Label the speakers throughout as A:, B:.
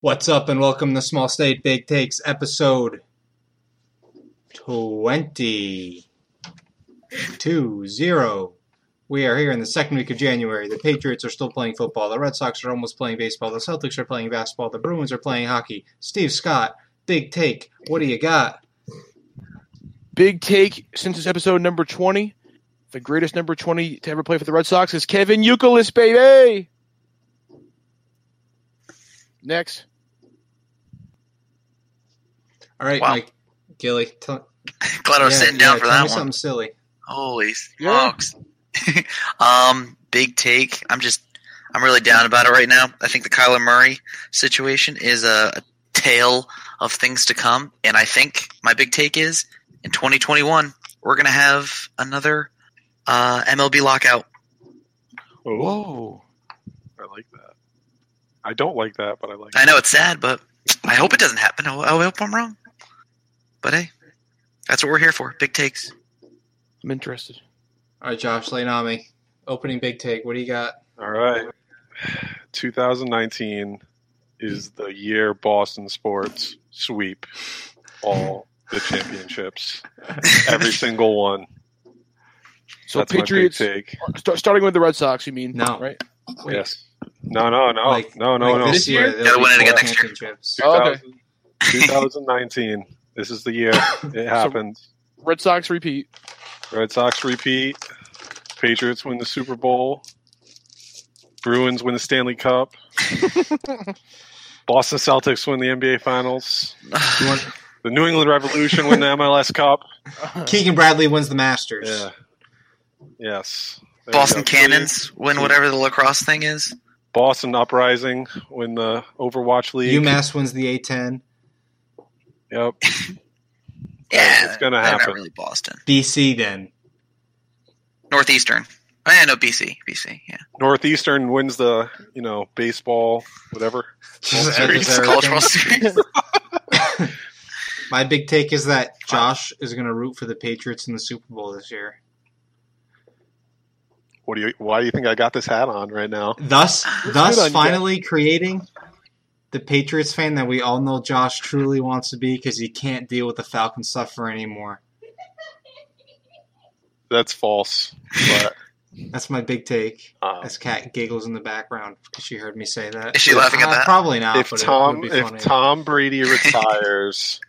A: What's up, and welcome to Small State Big Takes episode 20. Two, zero. We are here in the second week of January. The Patriots are still playing football. The Red Sox are almost playing baseball. The Celtics are playing basketball. The Bruins are playing hockey. Steve Scott, Big Take, what do you got?
B: Big take since it's episode number 20. The greatest number 20 to ever play for the Red Sox is Kevin Youkilis, baby. Next.
A: All right,
C: Wow.
A: Mike Gilly. Tell,
C: Glad I was
A: yeah,
C: sitting down
A: yeah,
C: for
A: tell me
C: that one.
A: something silly.
C: Holy
B: Yeah.
C: smokes! um, big take. I'm just, I'm really down about it right now. I think the Kyler Murray situation is a, a tale of things to come, and I think my big take is in 2021 we're gonna have another uh, MLB lockout.
B: Whoa.
D: I like that. I don't like that, but I like.
C: I know it's sad, but I hope it doesn't happen. I, I hope I'm wrong. But hey, that's what we're here for. Big takes.
B: I'm interested.
A: All right, Josh Lanami, opening Big Take, what do you got?
D: it. All right, 2019 is the year Boston sports sweep all the championships, every single one.
B: So
D: That's
B: Patriots,
D: my big take.
B: start, starting with the Red Sox, you mean?
A: No.
B: Right?
D: Yes. No, no, no,
A: Like-
D: no, no,
A: like
D: no.
A: This year,
B: Gotta
A: they'll be
C: win it again
A: four
C: next year.
A: championships.
B: Oh, okay.
D: 2000 2019. This is the year it happened.
B: Red Sox repeat.
D: Red Sox repeat. Patriots win the Super Bowl. Bruins win the Stanley Cup. Boston Celtics win the NBA Finals.
A: You want-
D: The New England Revolution win the MLS Cup.
A: Keegan Bradley wins the Masters.
D: Yeah. Yes. There you
C: Boston
D: go.
C: Cannons win
D: Sweet.
C: whatever the lacrosse thing is.
D: Boston Uprising win the Overwatch League.
A: UMass wins the A10.
D: Yep.
C: Yeah,
D: It's gonna
C: they're not
D: happen.
C: really Boston,
A: BC then.
C: Northeastern. Oh, I know BC, BC. Yeah,
D: Northeastern wins the you know baseball whatever.
A: Just edges
D: Series.
A: everything.
C: College World Series.
A: My big take is that Josh is going to root for the Patriots in the Super Bowl this year.
D: What do you? Why do you think I got this hat on right now?
A: Thus,
B: good on
A: thus
B: you,
A: finally creating the Patriots fan that we all know Josh truly wants to be because he can't deal with the Falcon suffer anymore.
D: That's false. But
A: That's my big take.
D: um,
A: As Kat giggles in the background because she heard me say that.
C: Oh. Is she laughing at
A: Uh,
C: that?
A: Probably not.
D: if
A: but it
D: Tom
A: would be
D: if
A: funny.
D: Tom Brady retires,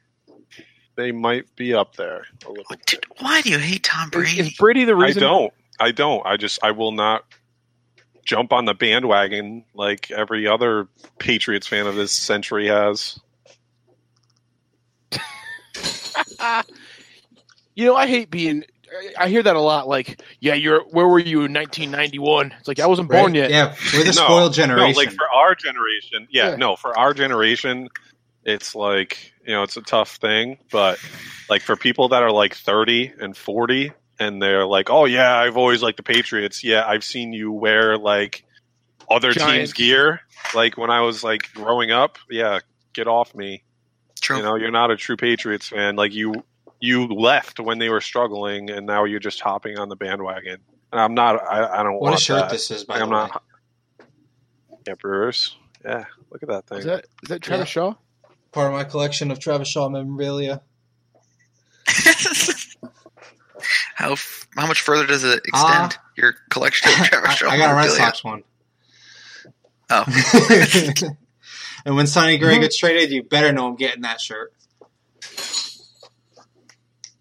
D: they might be up there a little.
C: What- dude, why do you hate Tom
B: Is,
C: Brady?
B: is Brady the
D: I
B: reason?
D: don't. I don't. I just I will not jump on the bandwagon like every other Patriots fan of this century has.
B: Ah. you know, I hate being. I- I hear that a lot. Like, yeah, you're. Where were you in 1991? It's like I wasn't born
A: Right?
B: yet.
A: Yeah, we're the
D: No,
A: spoiled generation.
D: No, like for our generation. Yeah,
B: Yeah.
D: no, for our generation, it's like you know, it's a tough thing. But like for people that are like thirty and forty, and they're like, oh yeah, I've always liked the Patriots. Yeah, I've seen you wear like other
B: Giants.
D: teams' gear. Like when I was like growing up. Yeah, get off me.
C: True.
D: You know, you're not a true Patriots fan. Like you, you left when they were struggling, and now you're just hopping on the bandwagon. And I'm not. I, I don't
A: what a
D: want
A: shirt
D: that.
A: this is, by
D: Like, I'm
A: the way.
D: not. Yeah, Brewers. Yeah, look at that thing.
B: Is that is that Travis
A: Yeah.
B: Shaw?
A: Part of my collection of Travis Shaw memorabilia.
C: how f- how much further does it extend your collection? Of Trevor
A: Uh, I,
C: Shaw
A: I got a Red
C: memorabilia?
A: Sox one.
C: Oh.
A: and when Sonny Gray gets traded, you better know I'm getting that shirt.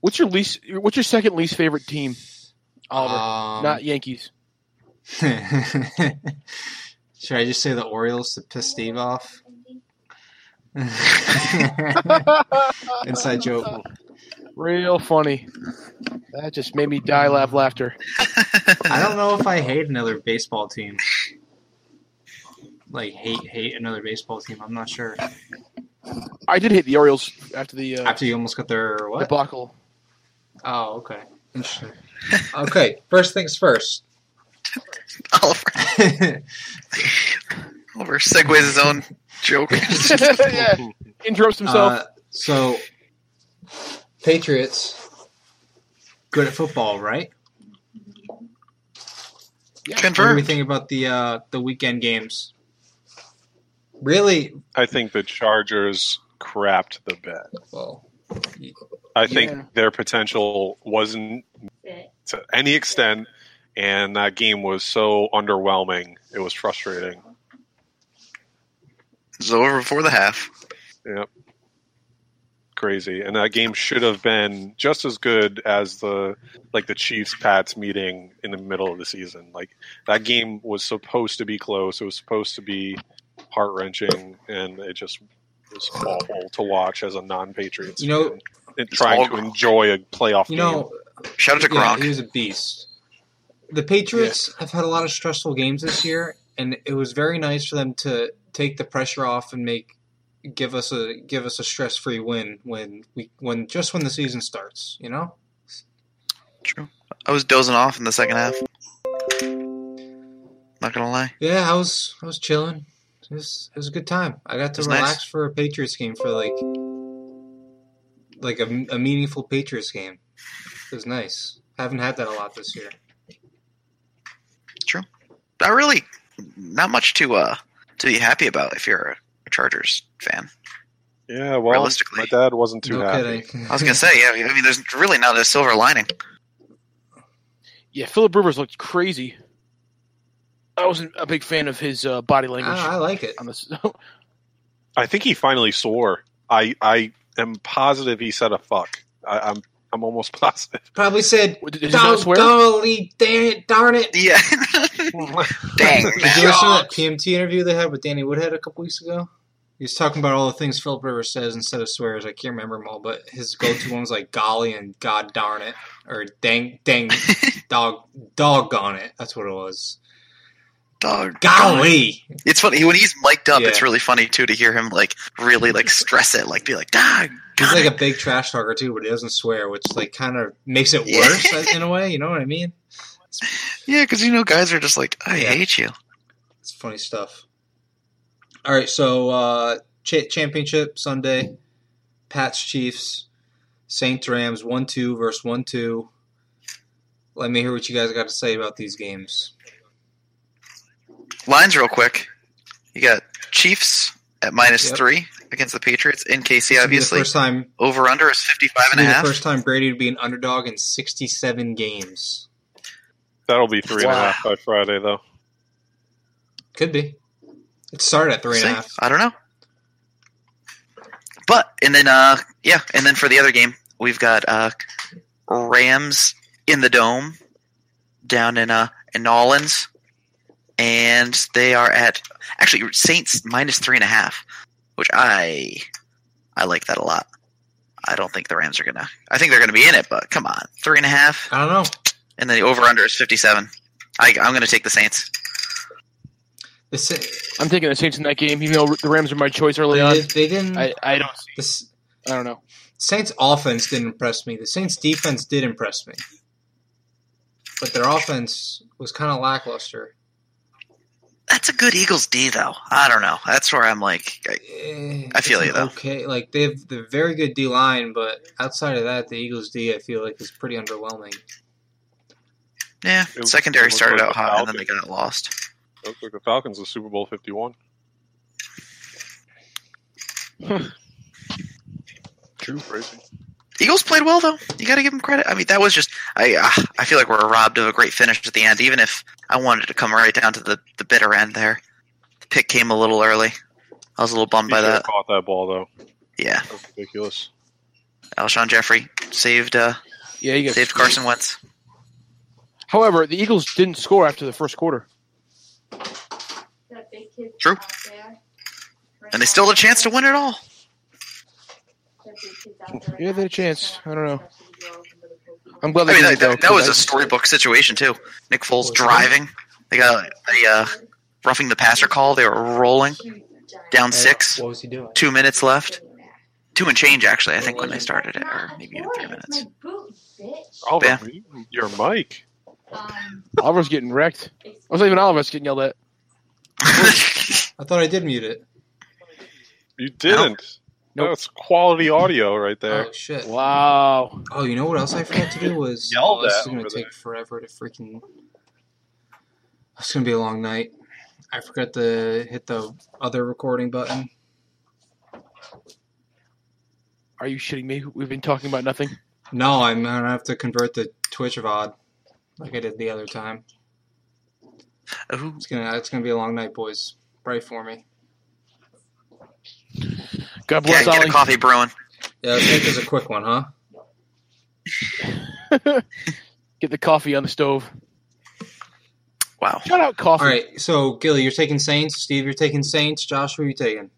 B: What's your least? What's your second least favorite team? Oliver,
A: Um,
B: not Yankees.
A: should I just say the Orioles to piss Steve off? Inside joke.
B: Real funny. That just made me die laugh laughter.
C: Oh.
A: I don't know if I hate another baseball team. Like hate hate another baseball team. I'm not sure.
B: I did hate the Orioles after the uh,
A: After you almost got their what?
B: debacle.
A: Oh, okay. Interesting. okay, first things first.
C: Oliver, Oliver segues his own joke.
B: yeah, interrupts himself.
A: Uh, so, Patriots, good at football, right? What do we
C: Confirmed.
A: think about the uh, the weekend games? Really?
D: I think the Chargers crapped the bet.
A: Well,
D: I think
B: Yeah.
D: their potential wasn't to any extent, and that game was so underwhelming. It was frustrating.
C: It's over before the half.
D: Yep. Crazy. And that game should have been just as good as the like the Chiefs Pats meeting in the middle of the season. Like that game was supposed to be close. It was supposed to be heart wrenching and it just was awful to watch as a non Patriots.
A: You know-
D: trying to
C: all-
D: enjoy a playoff
A: you
D: game.
A: know,
C: Shout out to
A: yeah,
C: Gronk.
A: he was a beast. The Patriots have had a lot of stressful games this year, and it was very nice for them to take the pressure off and make give us a give us a stress free win when we when just when the season starts. You know.
C: True. I was dozing off in the second half. Not gonna lie.
A: Yeah, I was I was chilling. It was, it was a good time. I got to
C: It's nice.
A: relax for a Patriots game for like like a, a meaningful Patriots game. It was nice. Haven't had that a lot this year.
C: Not really. Not much to uh to be happy about if you're a Chargers fan.
D: Yeah, well
C: Realistically.
D: my dad wasn't too
A: no
D: happy.
A: kidding.
C: I was gonna say, yeah. I mean, there's really not a silver lining.
B: Yeah, Philip Rivers looked crazy. I wasn't a big fan of his uh, body language.
A: Ah, I like it.
B: on this.
D: I think he finally swore. I I am positive he said a fuck. I, I'm I'm almost positive.
A: Probably said,
B: Did he not
A: "Dog-
B: swear?
A: golly, damn it, darn it."
C: Yeah.
A: Did
C: Dang.
A: you listen to
C: man.
A: that PMT interview they had with Danny Woodhead a couple weeks ago? He was talking about all the things Philip Rivers says instead of swears. I can't remember them all, but his go-to ones like "golly" and "god darn it" or "dang, dang, dog, doggone it." That's what it was.
C: Dog.
A: Golly,
C: It's funny when he's mic'd up.
A: Yeah.
C: It's really funny too to hear him like really like stress it, like be like, dog.
A: he's
C: God."
A: like a big trash talker too, but he doesn't swear, which like kind of makes it
C: Yeah.
A: worse like, in a way. You know what I mean?
C: yeah, because you know guys are just like, I
A: Yeah.
C: hate you.
A: It's funny stuff. All right, so uh, cha- championship Sunday, Pats Chiefs, Saints Rams one two versus one two. Let me hear what you guys got to say about these games.
C: Lines real quick. You got Chiefs at minus
A: Yep.
C: three against the Patriots in KC.
A: This would be
C: Obviously,
A: the first time,
C: over under is fifty five
A: this would
C: and a
A: be the
C: half.
A: first time Brady would be an underdog in sixty seven games.
D: That'll be three and a
C: Wow.
D: half by Friday, though.
A: Could be. It started at three and a
C: See?
A: half.
C: I don't know. But and then uh yeah, and then for the other game, we've got uh Rams in the dome down in uh in New Orleans. And they are at actually Saints minus three and a half, which I I like that a lot. I don't think the Rams are gonna I think they're gonna be in it, but come on. Three and a half
A: I don't know.
C: and then the over under is fifty seven. I, I'm going to take the Saints.
A: The, Sa-
B: I'm taking the Saints in that game, even though the Rams are my choice early on.
A: they, they didn't.
B: I, I don't see.
A: the S-
B: I don't know.
A: Saints offense didn't impress me. The Saints defense did impress me, but their offense was kind of lackluster.
C: That's a good Eagles D, though. I don't know. That's where I'm like, I-
A: Eh,
C: I feel
A: it's
C: you, though.
A: Okay, like they've the very good D line, but outside of that, the Eagles D I feel like is pretty underwhelming.
C: Yeah,
D: It- it
C: secondary
D: looked
C: started
D: like
C: out
D: the
C: hot, and then they
D: Falcons.
C: got lost.
D: Looks like the Falcons are Super Bowl Fifty One.
B: True.
D: Crazy.
C: Eagles played well, though. You got to give them credit. I mean, that was just I. Uh, I feel like we're robbed of a great finish at the end, even if I wanted to come right down to the the bitter end there. The pick came a little early. I was a little bummed
D: He
C: by
D: should have
C: that.
D: caught that ball though.
C: Yeah,
D: That was ridiculous.
C: Alshon Jeffrey saved uh,
B: Yeah, you
C: saved
B: guys.
C: Carson Wentz.
B: However, the Eagles didn't score after the first quarter.
C: True. And they still had a chance to win it all.
B: Yeah, they had a chance. I don't know. I'm glad
C: I
B: they didn't,
C: mean, that,
B: though,
C: that, that was a
B: 'cause
C: storybook situation too. Nick Foles driving. They got a uh, roughing the passer call. They were rolling down six.
A: What was he doing?
C: Two minutes left. Two and change, actually. I think when they started it, or maybe in three minutes.
D: Oh,
C: Yeah.
D: your mic.
E: Um,
B: I, Oliver's getting wrecked. I was not even Oliver's getting yelled at.
A: I thought I did mute it.
D: You didn't.
B: Nope.
D: That's quality audio right there.
A: Oh shit!
B: Wow.
A: Oh, you know what else I forgot to do was
D: Yelled
A: oh, this
D: at
A: is gonna
D: over
A: take forever to freaking. It's gonna be a long night. I forgot to hit the other recording button.
B: Are you shitting me? We've been talking about nothing.
A: No, I'm gonna have to convert the Twitch VOD like I did the other time.
C: Ooh,
A: It's gonna it's gonna be a long night, boys. Pray for me.
B: God bless
C: yeah, get a
B: Ollie.
C: coffee brewing.
A: Yeah, let's make this a quick one, huh?
B: Get the coffee on the stove.
C: Wow.
B: Shout out coffee.
A: All right, so Gilly, you're taking Saints. Steve, you're taking Saints. Josh, who are you taking?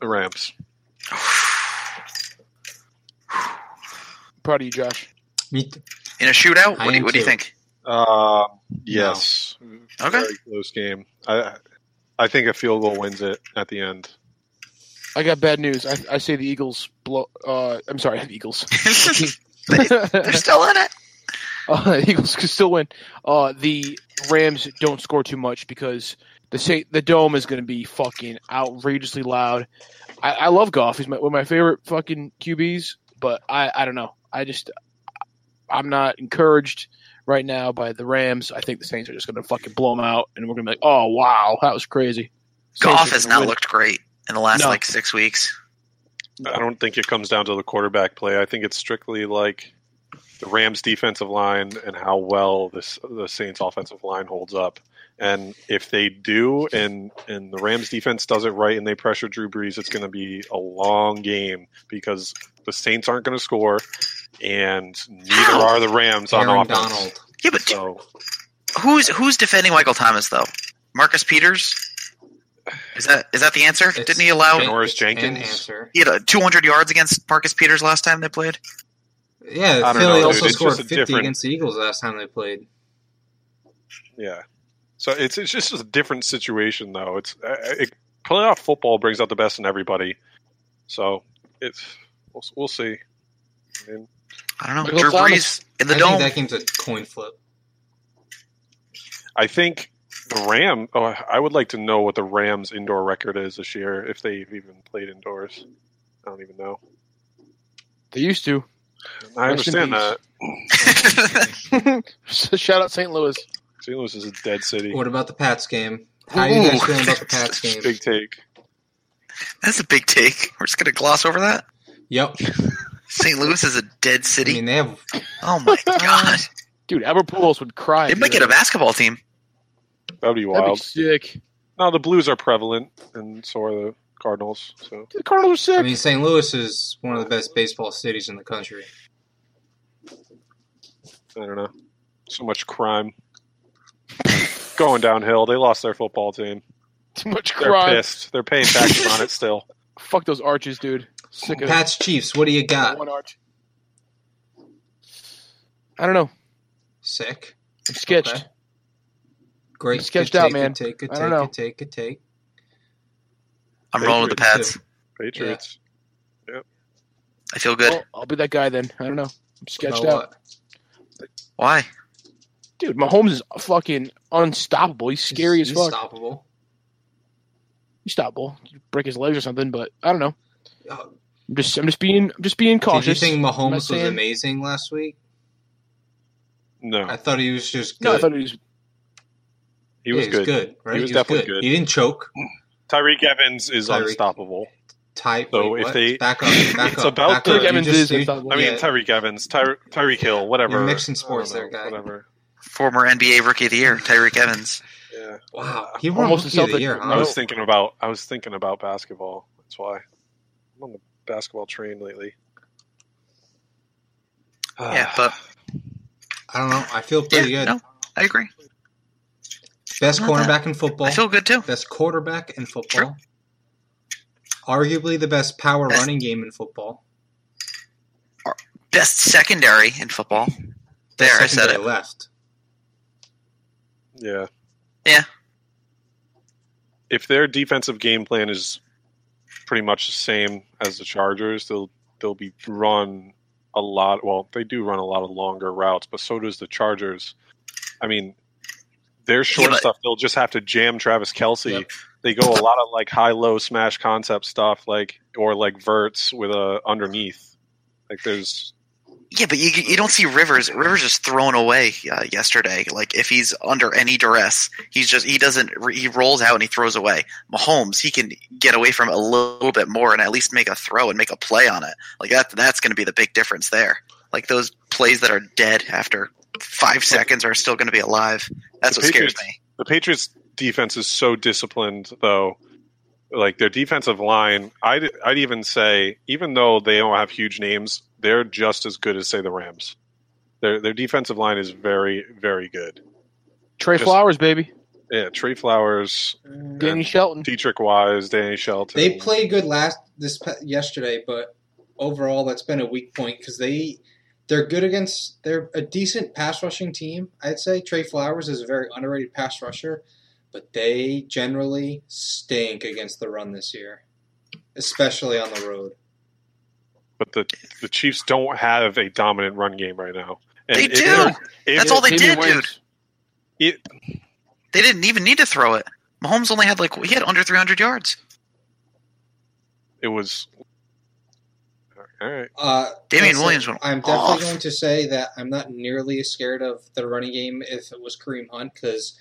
D: The Rams.
B: Proud of you, Josh.
A: Me t-
C: In a shootout?
A: I
C: What do,
A: am
C: you, what do you
A: too.
C: think?
D: Uh, yes.
C: Okay.
D: Very close game. I I think a field goal wins it at the end.
B: I got bad news. I, I say the Eagles blow. Uh, I'm sorry, the Eagles.
C: They're still in it.
B: Uh, the Eagles could still win. Uh, the Rams don't score too much because the sa- the dome is going to be fucking outrageously loud. I, I love Goff. He's my, one of my favorite fucking QBs, but I, I don't know. I just I'm not encouraged right now by the Rams. I think the Saints are just going to fucking blow them out, and we're going to be like, oh wow, that was crazy. Saints
C: Golf
B: are
C: has
B: gonna
C: not
B: win.
C: looked great in the last
B: No.
C: like six weeks.
D: I don't think it comes down to the quarterback play. I think it's strictly like the Rams' defensive line and how well this the Saints' offensive line holds up. And if they do, and and the Rams' defense does it right, and they pressure Drew Brees, it's going to be a long game because the Saints aren't going to score, and neither
C: How?
D: are the Rams on
A: Aaron
D: offense.
A: Donald.
C: Yeah, but
D: So
C: who's who's defending Michael Thomas though? Marcus Peters? Is that is that the answer?
A: It's-
C: Didn't he allow
D: Norris
A: it's
D: Jenkins.
A: An answer.
C: he had uh, 200 yards against Marcus Peters last time they played?
A: Yeah,
D: I don't
A: Philly
D: know,
A: also
D: dude. It's
A: scored
D: just a
A: 50
D: different-
A: against the Eagles last time they played.
D: Yeah. So it's it's just a different situation though. It's uh, it, playoff football brings out the best in everybody. So it's we'll, we'll see. I mean,
C: I don't know.
B: Michael
C: Drew
B: Thomas.
C: Brees in the
A: I
C: dome.
A: think that game's a coin flip.
D: I think the Ram. Oh, I would like to know what the Rams' indoor record is this year, if they've even played indoors. I don't even know.
B: They used to.
D: I
B: Rest in
D: understand
B: peace.
D: that
B: Shout out St. Louis.
D: St. Louis is a dead city.
A: What about the Pats game? How are you guys
C: Ooh.
A: feeling about the Pats game?
D: Big take.
C: That's a big take. We're just gonna gloss over that.
A: Yep.
C: St. Louis is a dead
A: I
C: city.
A: mean, they have.
C: oh my god!
B: Dude, Albert Pujols would cry.
C: They
B: if
C: might
B: he
C: get a
B: did.
C: basketball team.
D: That'd
B: That'd
D: be
B: be
D: wild.
B: sick.
D: No, the Blues are prevalent, and so are the Cardinals. So
B: Dude, The Cardinals are sick.
A: I mean, St. Louis is one of the best baseball cities in the country.
D: I don't know. So much crime going downhill. They lost their football team.
B: Too much
D: They're
B: crime.
D: pissed. They're paying taxes on it still.
B: Fuck those arches, dude. Sick of it.
A: Pats Chiefs, what do you got?
B: one arch. I don't know.
A: Sick.
B: I'm sketched.
A: Okay. Great.
B: You sketched
A: Good
B: out,
A: take,
B: man.
A: Good take, good
B: I
A: take,
B: don't know.
A: good take, good take.
C: I'm rolling with the Pats.
D: Patriots.
C: I feel good.
B: Well, I'll be that guy then. I don't know. I'm sketched
A: About
B: out.
A: what?
C: Why?
B: Dude, Mahomes is fucking unstoppable. He's scary
A: He's
B: as fuck.
A: Unstoppable.
B: He's stoppable. You break his legs or something, but I don't know.
A: Uh,
B: I'm just I'm just being I'm just being
A: Did you
B: cautious.
A: think Mahomes
B: not
A: was
B: saying-
A: amazing last week? I
D: No,
A: thought he was just good.
B: no, I thought he was
D: he was
A: yeah,
D: good.
A: right?
D: was definitely good.
A: He didn't choke.
D: Tyreek Evans is
A: Tyreek.
D: unstoppable.
A: Ty-
D: So
A: wait,
D: if
A: what?
D: they-
A: back up, back
D: It's
A: up,
D: about
A: back
D: to-
A: up. You
B: Evans
A: just-
B: is
A: you-
B: unstoppable.
D: I mean,
A: yeah.
D: Tyreek Evans, Ty- Tyreek Hill, whatever.
A: You're mixing
D: I don't
A: sports there, guy.
D: Whatever.
C: Former NBA Rookie of the Year, Tyreek Evans.
D: Yeah.
A: wow, he won almost
B: Almost
A: rookie
B: a
A: of
B: Celtic.
A: the year. Huh?
D: I was thinking about I was thinking about basketball. That's why I'm on the basketball train lately. Ah,
C: Yeah, but
A: I don't know. I feel
C: yeah,
A: pretty good.
C: no, I agree.
A: Best
C: Not
A: cornerback in football.
C: I feel good too.
A: best quarterback in football. Arguably the best power
C: Best-
A: running game in football.
C: Best secondary in football. There, I said
A: Secondary
C: it.
A: Left.
D: Yeah.
C: Yeah.
D: If their defensive game plan is pretty much the same as the Chargers, they'll they'll be run a lot. Well, they do run a lot of longer routes, but so does the Chargers. I mean, their short
C: but-
D: stuff, they'll just have to jam Travis Kelsey.
A: Yep.
D: They go a lot of like high low smash concept stuff, like or like verts with a underneath. Like uh, there's
C: Yeah, but you you don't see Rivers. Rivers is thrown away uh, yesterday. Like if he's under any duress, he's just he doesn't he rolls out and he throws away. Mahomes, he can get away from it a little bit more and at least make a throw and make a play on it. Like that that's going to be the big difference there. Like those plays that are dead after five seconds are still going to be alive. That's
D: The
C: what scares
D: Patriots-
C: me.
D: the Patriots defense is so disciplined though. Like their defensive line, I'd I'd even say even though they don't have huge names, they're just as good as say the Rams. Their their defensive line is very very good.
B: Trey
D: Just-
B: Flowers, baby.
D: Yeah, Trey Flowers,
B: Danny Shelton.
D: Dietrich Wise, Danny Shelton.
A: They played good last this pe- yesterday, but overall that's been a weak point because they they're good against they're a decent pass rushing team. I'd say Trey Flowers is a very underrated pass rusher, but they generally stink against the run this year, especially on the road.
D: but the the Chiefs don't have a dominant run game right now.
C: They
D: if
C: do!
D: they're- if-
C: That's all they
B: Damian
C: did,
B: Williams.
C: They didn't even need to throw it. Mahomes only had like he had under 300 yards.
D: It was all right.
A: Uh,
C: Damian
A: listen,
C: Williams went
A: I'm definitely
C: off.
A: going to say that I'm not nearly as scared of the running game if it was Kareem Hunt because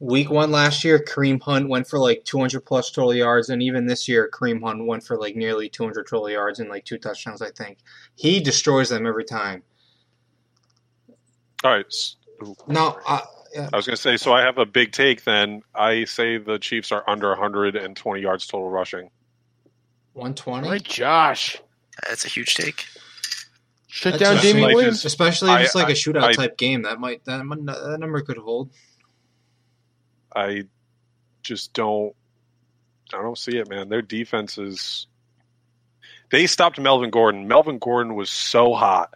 A: week one last year, Kareem Hunt went for like 200 plus total yards, and even this year, Kareem Hunt went for like nearly 200 total yards and like two touchdowns, I think. He destroys them every time.
D: All right. s- ooh,
A: No,
D: sorry.
A: I,
D: I was going to say, so I have a big take then. I say the Chiefs are under 120 yards total rushing.
A: 120.
B: Like Josh.
C: That's a huge take.
B: Shut
A: That's
B: down
A: just
B: Damian
D: like
B: Williams.
A: Especially if
D: I-
A: it's like a
D: I-
A: shootout
D: I-
A: type game, that might that, mu- that number could hold.
D: I just don't I don't see it, man. Their defense is they stopped Melvin Gordon. Melvin Gordon was so hot.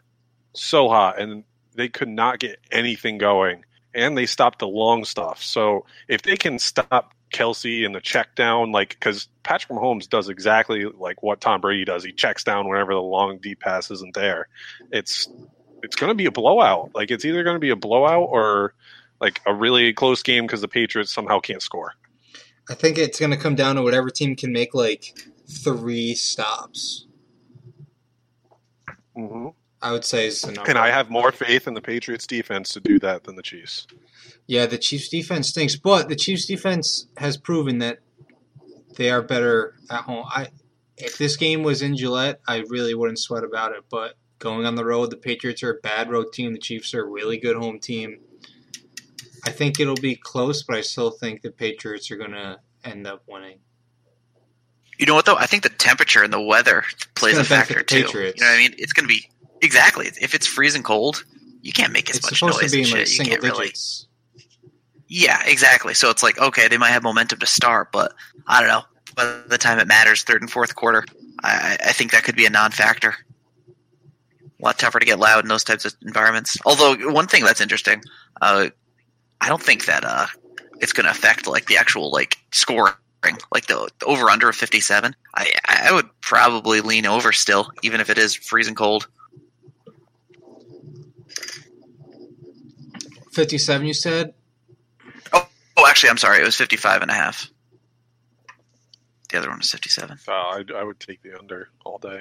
D: So hot and they could not get anything going. And they stopped the long stuff. So if they can stop Kelsey and the check down, like because Patrick Mahomes does exactly like what Tom Brady does. He checks down whenever the long deep pass isn't there. It's it's going to be a blowout. Like it's either going to be a blowout or like a really close game because the Patriots somehow can't score.
A: I think it's going to come down to whatever team can make like three stops.
D: Mm-hmm.
A: I would say is the number.
D: And I have more faith in the Patriots defense to do that than the Chiefs.
A: Yeah, the Chiefs defense stinks, but the Chiefs defense has proven that they are better at home. I if this game was in Gillette, I really wouldn't sweat about it, but going on the road, the Patriots are a bad road team, the Chiefs are a really good home team. I think it'll be close, but I still think the Patriots are going to end up winning.
C: You know what though? I think the temperature and the weather plays
A: gonna
C: a
A: benefit
C: factor
A: the
C: too.
A: Patriots.
C: You know what I mean? It's going to be exactly if it's freezing cold, you can't make as
A: it's
C: much
A: supposed
C: noise.
A: to be
C: and
A: in like
C: shit. You
A: single
C: can't really.
A: digits.
C: Yeah, exactly. So it's like okay, they might have momentum to start, but I don't know. By the time it matters, third and fourth quarter, I, I I think that could be a non-factor. A lot tougher to get loud in those types of environments. Although one thing that's interesting, uh, I don't think that uh, it's going to affect like the actual like scoring, like the, the over under of fifty seven. I I would probably lean over still, even if it is freezing cold.
A: 57 you said?
C: Oh, actually, I'm sorry, it was 55 and a half. The other one was fifty seven.
D: Uh, I, I would take the under all day.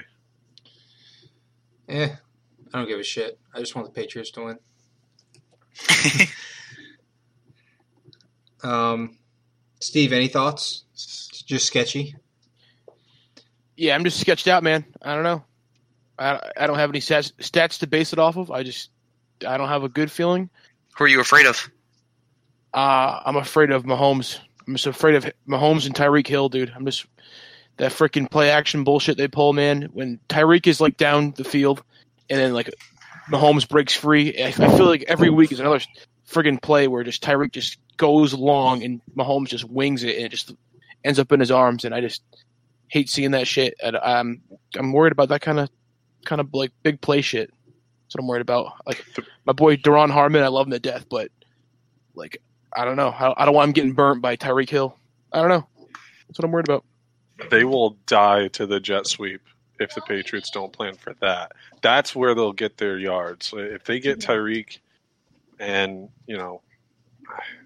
A: Eh, I don't give a shit. I just want the Patriots to win. Um Steve, any thoughts? It's just sketchy.
B: Yeah, I'm just sketched out, man. I don't know. I, I don't have any stats, stats to base it off of. I just I don't have a good feeling.
C: Who are you afraid of?
B: Uh, I'm afraid of Mahomes. I'm just afraid of Mahomes and Tyreek Hill, dude. I'm just that freaking play action bullshit they pull, man. When Tyreek is like down the field, and then like Mahomes breaks free. I, I feel like every week is another friggin' play where just Tyreek just goes long and Mahomes just wings it and it just ends up in his arms. And I just hate seeing that shit. And I'm I'm worried about that kind of kind of like big play shit. That's what I'm worried about. Like my boy Daron Harmon, I love him to death, but like I don't know. I, I don't want him getting burnt by Tyreek Hill. I don't know. That's what I'm worried about.
D: They will die to the jet sweep if the Patriots don't plan for that. That's where they'll get their yards. If they get Tyreek and, you know,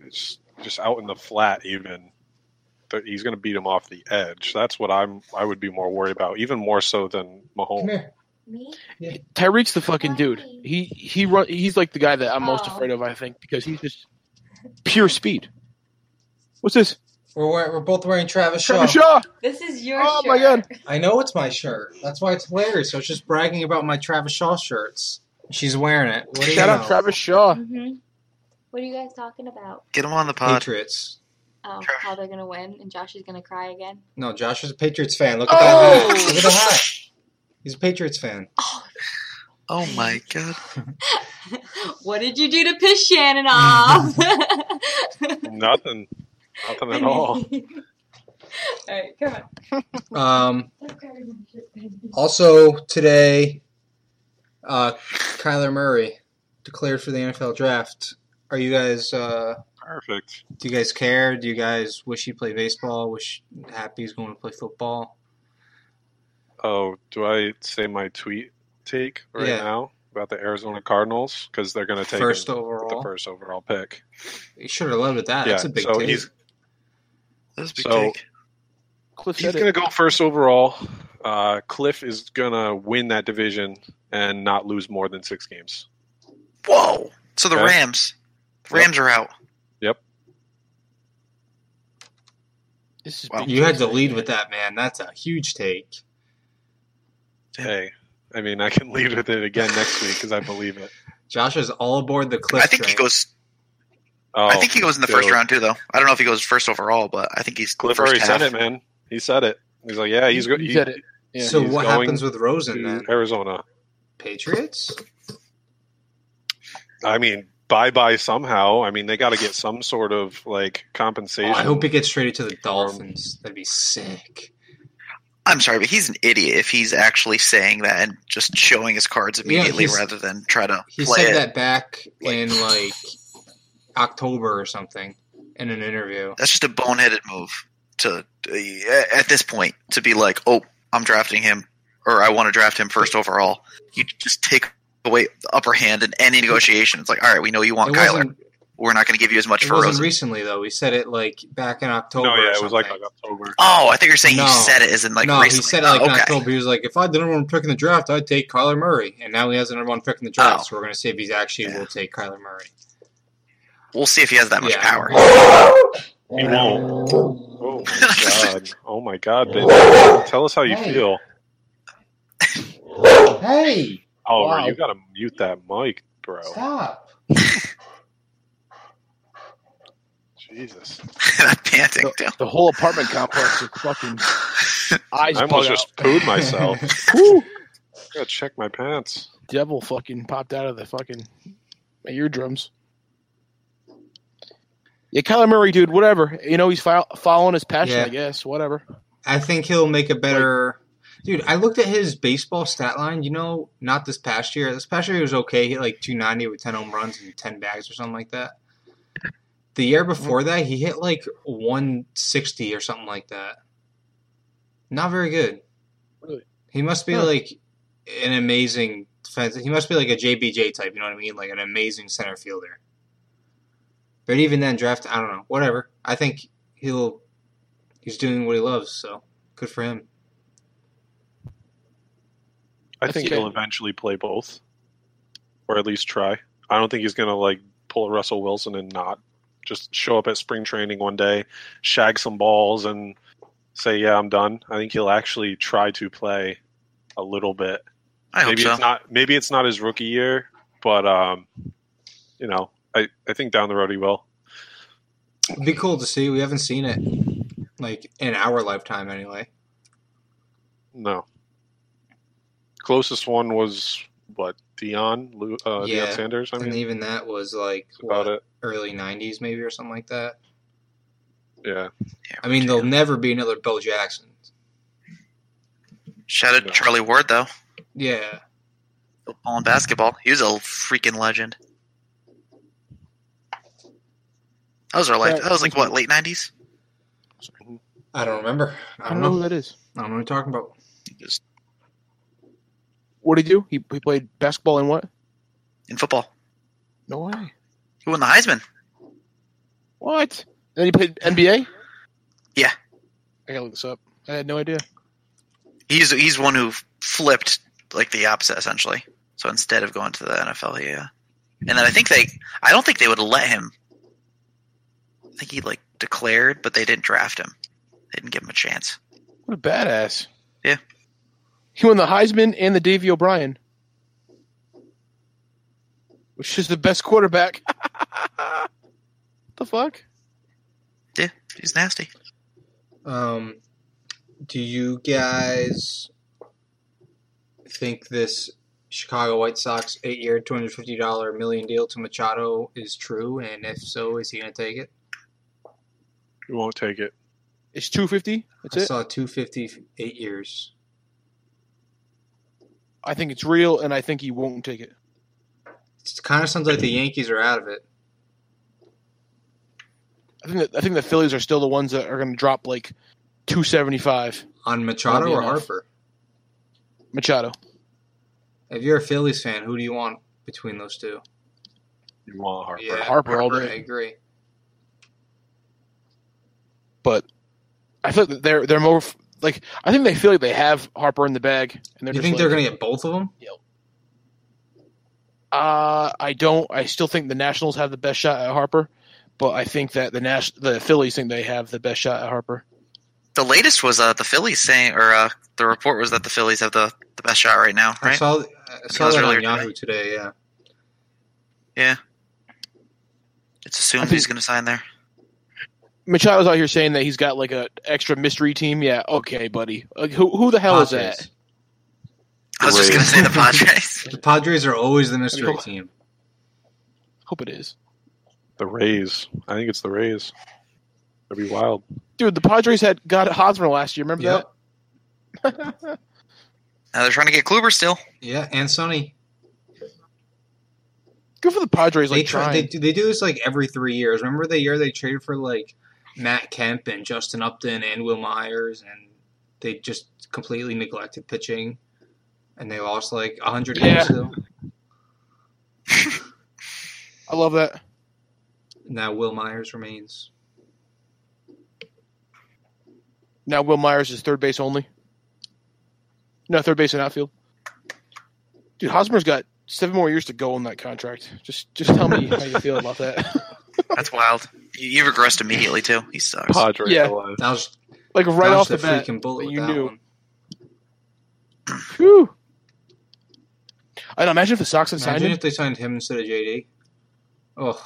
D: it's just out in the flat even, but he's going to beat him off the edge. That's what I'm I would be more worried about, even more so than Mahomes.
A: here.
B: Tyreek's the fucking dude. He he run, he's like the guy that I'm most
E: Oh.
B: afraid of, I think, because he's just pure speed. What's this?
F: We're, wear- we're both wearing Travis Shaw.
B: Travis Shaw.
E: This is your
B: Oh,
E: shirt.
B: my God.
F: I know it's my
A: shirt. That's why it's hilarious. I was just bragging about my Travis Shaw shirts. She's wearing it. What do you
B: Shout out
A: know?
B: Travis Shaw.
E: Mhm. What are you guys talking about?
C: Get him on the pod.
A: Patriots.
E: Oh,
C: Trash.
E: how they're gonna win and Josh is gonna cry again.
A: No, Josh is a Patriots fan. Look at that.
B: Oh!
A: hat. Look at the hat. He's a Patriots fan.
E: Oh,
C: Oh my god.
E: what did you do to piss Shannon off?
D: Nothing. Nothing at all.
E: Alright, come on.
A: Um, also today, uh, Kyler Murray declared for the NFL draft. Are you guys? Uh,
D: Perfect.
A: do you guys care? Do you guys wish he played baseball? Wish happy he's going to play football?
D: Oh, do I say my tweet take right
A: Yeah.
D: now about the Arizona Cardinals because they're going to take
A: First
D: him with
A: overall,
D: the first overall pick.
A: he should have led with that.
D: Yeah,
A: That's a big
D: so
A: take.
D: he's-
C: That's a big
D: So-
C: take.
B: Cliff
D: He's
B: said
D: going to
B: it.
D: go first overall. Uh, Cliff is going to win that division and not lose more than six games.
C: Whoa. So the
D: Okay.
C: Rams. Rams are out.
B: This is
C: Wow.
B: big
A: you had to
B: news.
A: lead with that, man. That's a huge take.
D: Hey, I mean, I can lead with it again next week because I believe it.
A: Josh is all aboard the cliff.
C: I think he
A: train.
C: goes
D: Oh,
C: I think he goes in the first
D: dude.
C: round too though. I don't know if he goes first overall, but I think he's
D: Cliff
C: first
D: already
C: half.
D: said it, man. He said it. He's like, yeah, he's go-
B: He
D: he-
B: said it. Yeah.
A: so
D: he's
A: what
D: going
A: happens with
D: to
A: Rosen then?
D: Arizona.
A: Patriots?
D: I mean, bye bye somehow. I mean, they got to get some sort of like
A: Oh,
D: compensation.
A: I hope he gets traded to
D: Um,
A: the Dolphins. That'd be sick.
C: I'm sorry, but he's an idiot if he's actually saying that and just showing his cards immediately
A: he's-
C: rather than try to
A: He
C: play
A: said
C: it.
A: that back in like October or something in an interview.
C: That's just a boneheaded move to at this point to be like, "Oh, I'm drafting him or I want to draft him first overall." You just take away the upper hand in any negotiation. It's like, "All right, we know you want
A: It
C: Kyler.
A: wasn't,
C: We're not going to give you as much
A: it
C: for
A: wasn't
C: Rosen."
A: recently though. He said it like back in October.
D: no,
A: or
D: yeah, it was like
A: something.
D: October.
C: Oh, I think you're saying
A: No.
C: he said it as in like
A: no,
C: recently.
A: he said it like
C: Oh,
A: in
C: okay.
A: October. He was like, if I didn't want to pick in the draft, I'd take Kyler Murray. And now he has the number one pick in the draft,
C: Oh.
A: so we're going to see if he's actually
C: Yeah.
A: will take Kyler Murray.
C: We'll see if he has that much
A: Yeah.
C: power.
A: Uh,
D: He won't. Oh my god! Oh my god! Bitch. Tell us how you
A: Hey.
D: feel.
A: Hey,
D: Oh,
A: Wow.
D: you gotta mute that mic, bro.
A: stop.
D: Jesus,
C: Panting too.
B: The whole apartment complex is fucking eyes
D: I almost
B: bug
D: just
B: out.
D: pooed myself. I
B: Woo!
D: gotta check my pants.
B: Devil fucking popped out of the fucking my eardrums. Yeah, Kyler Murray, dude, whatever. You know, he's fol- following his passion,
A: Yeah.
B: I guess. Whatever.
A: I think he'll make a better. Dude, I looked at his baseball stat line. You know, not this past year. This past year he was okay. He hit like 290 with 10 home runs and 10 bags or something like that. The year before that, he hit like 160 or something like that. Not very good.
B: Really?
A: He must be
B: Huh.
A: like an amazing defense. He must be like a JBJ type. You know what I mean? Like an amazing center fielder. But even then, draft. I don't know. Whatever. I think he'll. He's doing what he loves, so good for him.
D: I
B: That's
D: think
B: good.
D: he'll eventually play both, or at least try. I don't think he's gonna like pull a Russell Wilson and not just show up at spring training one day, shag some balls, and say, "Yeah, I'm done." I think he'll actually try to play a little bit.
C: I hope
D: maybe
C: so.
D: it's not maybe it's not his rookie year, but um, you know, I, I think down the road he will.
A: It'd be cool to see. We haven't seen it like in our lifetime, anyway.
D: No. Closest one was what Dion Lu- uh,
A: Yeah,
D: Deion Sanders. I
A: And
D: mean,
A: even that was like
D: that's about
A: what,
D: it.
A: early '90s, maybe or something like that.
D: Yeah,
A: I mean, there'll never be another Bo Jackson.
C: Shout out to
D: Yeah.
C: Charlie Ward though.
A: Yeah,
C: Football and basketball. He was a freaking legend. That was our like
B: Right.
C: that was like what, late nineties?
A: I don't remember. I
B: I
A: don't
B: don't know
C: Uh-huh.
B: who
A: know.
B: that is.
A: I don't know what you're talking about.
B: What did he do? He, he played basketball and what?
C: In football.
B: No way.
C: He won the Heisman.
B: What? Then he played NBA?
C: Yeah.
B: I gotta look this up. I had no idea.
C: He's he's one who flipped like the opposite essentially. So instead of going to the NFL, he, uh, and then I think they, I don't think they would have let him. I think he like declared, but they didn't draft him. They didn't give him a chance.
B: What a badass.
C: Yeah.
B: He won the Heisman and the Davy O'Brien, which is the best quarterback. the fuck?
C: Yeah, he's nasty.
A: Um, do you guys think this Chicago White Sox eight-year, two hundred fifty dollar million deal to Machado is true? And if so, is he going to take it?
D: He won't take it.
B: It's 250. That's
A: I
B: it.
A: saw two fifty eight years.
B: I think it's real, and I think he won't take it.
A: It kind of sounds like the Yankees are out of it.
B: I think that, I think the Phillies are still the ones that are going to drop like 275
A: On Machado
B: That'd be
A: or
B: enough.
A: Harper?
B: Machado.
A: If you're a Phillies fan, who do you want between those two?
D: You want Harper.
A: Yeah,
B: Harper all
A: I
B: day.
A: agree.
B: But I feel like they're they're more f- like I think they feel like they have Harper in the bag, and they're
A: you
B: just
A: think
B: like,
A: they're going to get both of them?
B: Uh, I don't. I still think the Nationals have the best shot at Harper, but I think that the Nash the Phillies think they have the best shot at Harper.
C: The latest was uh, the Phillies saying, or uh, the report was that the Phillies have the, the best shot right now,
A: I
C: right?
A: saw I saw
C: was
A: that
C: earlier
A: on
C: today.
A: Yahoo today. Yeah,
C: It's assumed
B: I think-
C: he's going to sign there.
B: Machado's out here saying that he's got like a extra mystery team. Yeah, okay, buddy. Like, who who the hell is
A: Padres.
B: that?
C: I was just
D: Great.
C: going to say the Padres.
A: The Padres are always the mystery
B: Cool.
A: team.
B: Hope it is,
D: The Rays. I think it's the Rays. That'd be wild.
B: dude. The Padres had got Hosmer last year. Remember
A: Yeah,
B: that?
C: now they're trying to get Kluber still.
A: yeah, and Sonny.
B: Good for the Padres. Like
A: they try. They
B: trying.
A: do, they do this like every three years. Remember the year they traded for like Matt Kemp and Justin Upton and Will Myers, and they just completely neglected pitching, and they lost like hundred
B: Yeah.
A: games. Still.
B: I love that.
A: Now Will Myers remains.
B: Now Will Myers is third base only. No, third base and outfield. Dude, Hosmer's got seven more years to go on that contract. Just just tell me how you feel about that.
C: That's wild. You, you regressed immediately too. He sucks.
D: Padres
B: Yeah.
D: alive.
A: That was
B: like right
A: that was
B: off the, bat.
A: freaking bullet.
B: that
A: with
B: you
A: that
B: knew.
A: one.
B: Whew. I know. Imagine if the Sox had signed
A: Imagine
B: him.
A: if they signed him instead of JD. Oh,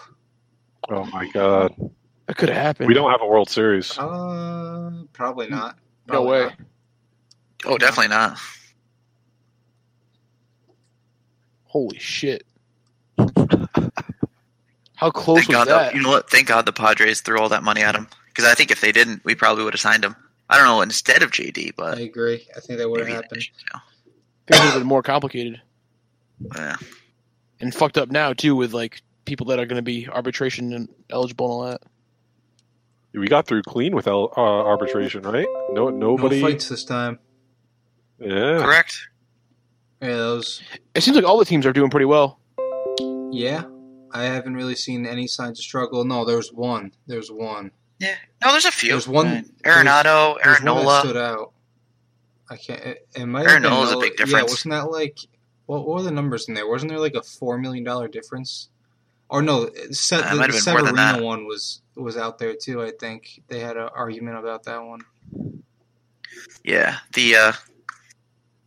D: Oh my god.
B: That could have happened.
D: We don't have a World Series.
A: uh, probably not.
B: Mm. No
A: Probably
B: way.
A: not.
C: Oh, definitely not.
B: Holy shit! How close was
C: Thank God.
B: that?
C: Though, you know what? Thank God the Padres threw all that money at him because I think if they didn't, we probably would have signed him. I don't know instead of JD,
A: I
C: but
A: agree. I think that would
C: maybe
A: have
C: in
A: happened.
C: addition to.
B: Things would have been more complicated
C: Yeah.
B: and fucked up now too with like people that are going to be arbitration and eligible and all that.
D: We got through clean with L- uh, arbitration, right? No, nobody.
A: No fights this time.
D: yeah.
C: Correct.
A: Yeah, that was-
B: It seems like all the teams are doing pretty well.
A: yeah. I haven't really seen any signs of struggle. No, there's one. There's one.
C: No, there's a few.
A: There's one-
C: Arenado,
A: There's one that
C: Arenola.
A: stood out. I can't. It, it might have been
C: Arenola's a
A: Nola-
C: big
A: Yeah,
C: difference.
A: wasn't that like? What, what were the numbers in there? Wasn't there like a four million dollar difference? Or no, Se-
C: Uh, it
A: the,
C: might
A: the
C: have been more
A: Severino
C: than that.
A: one was was out there too. I think they had an argument about that one.
C: Yeah. The uh,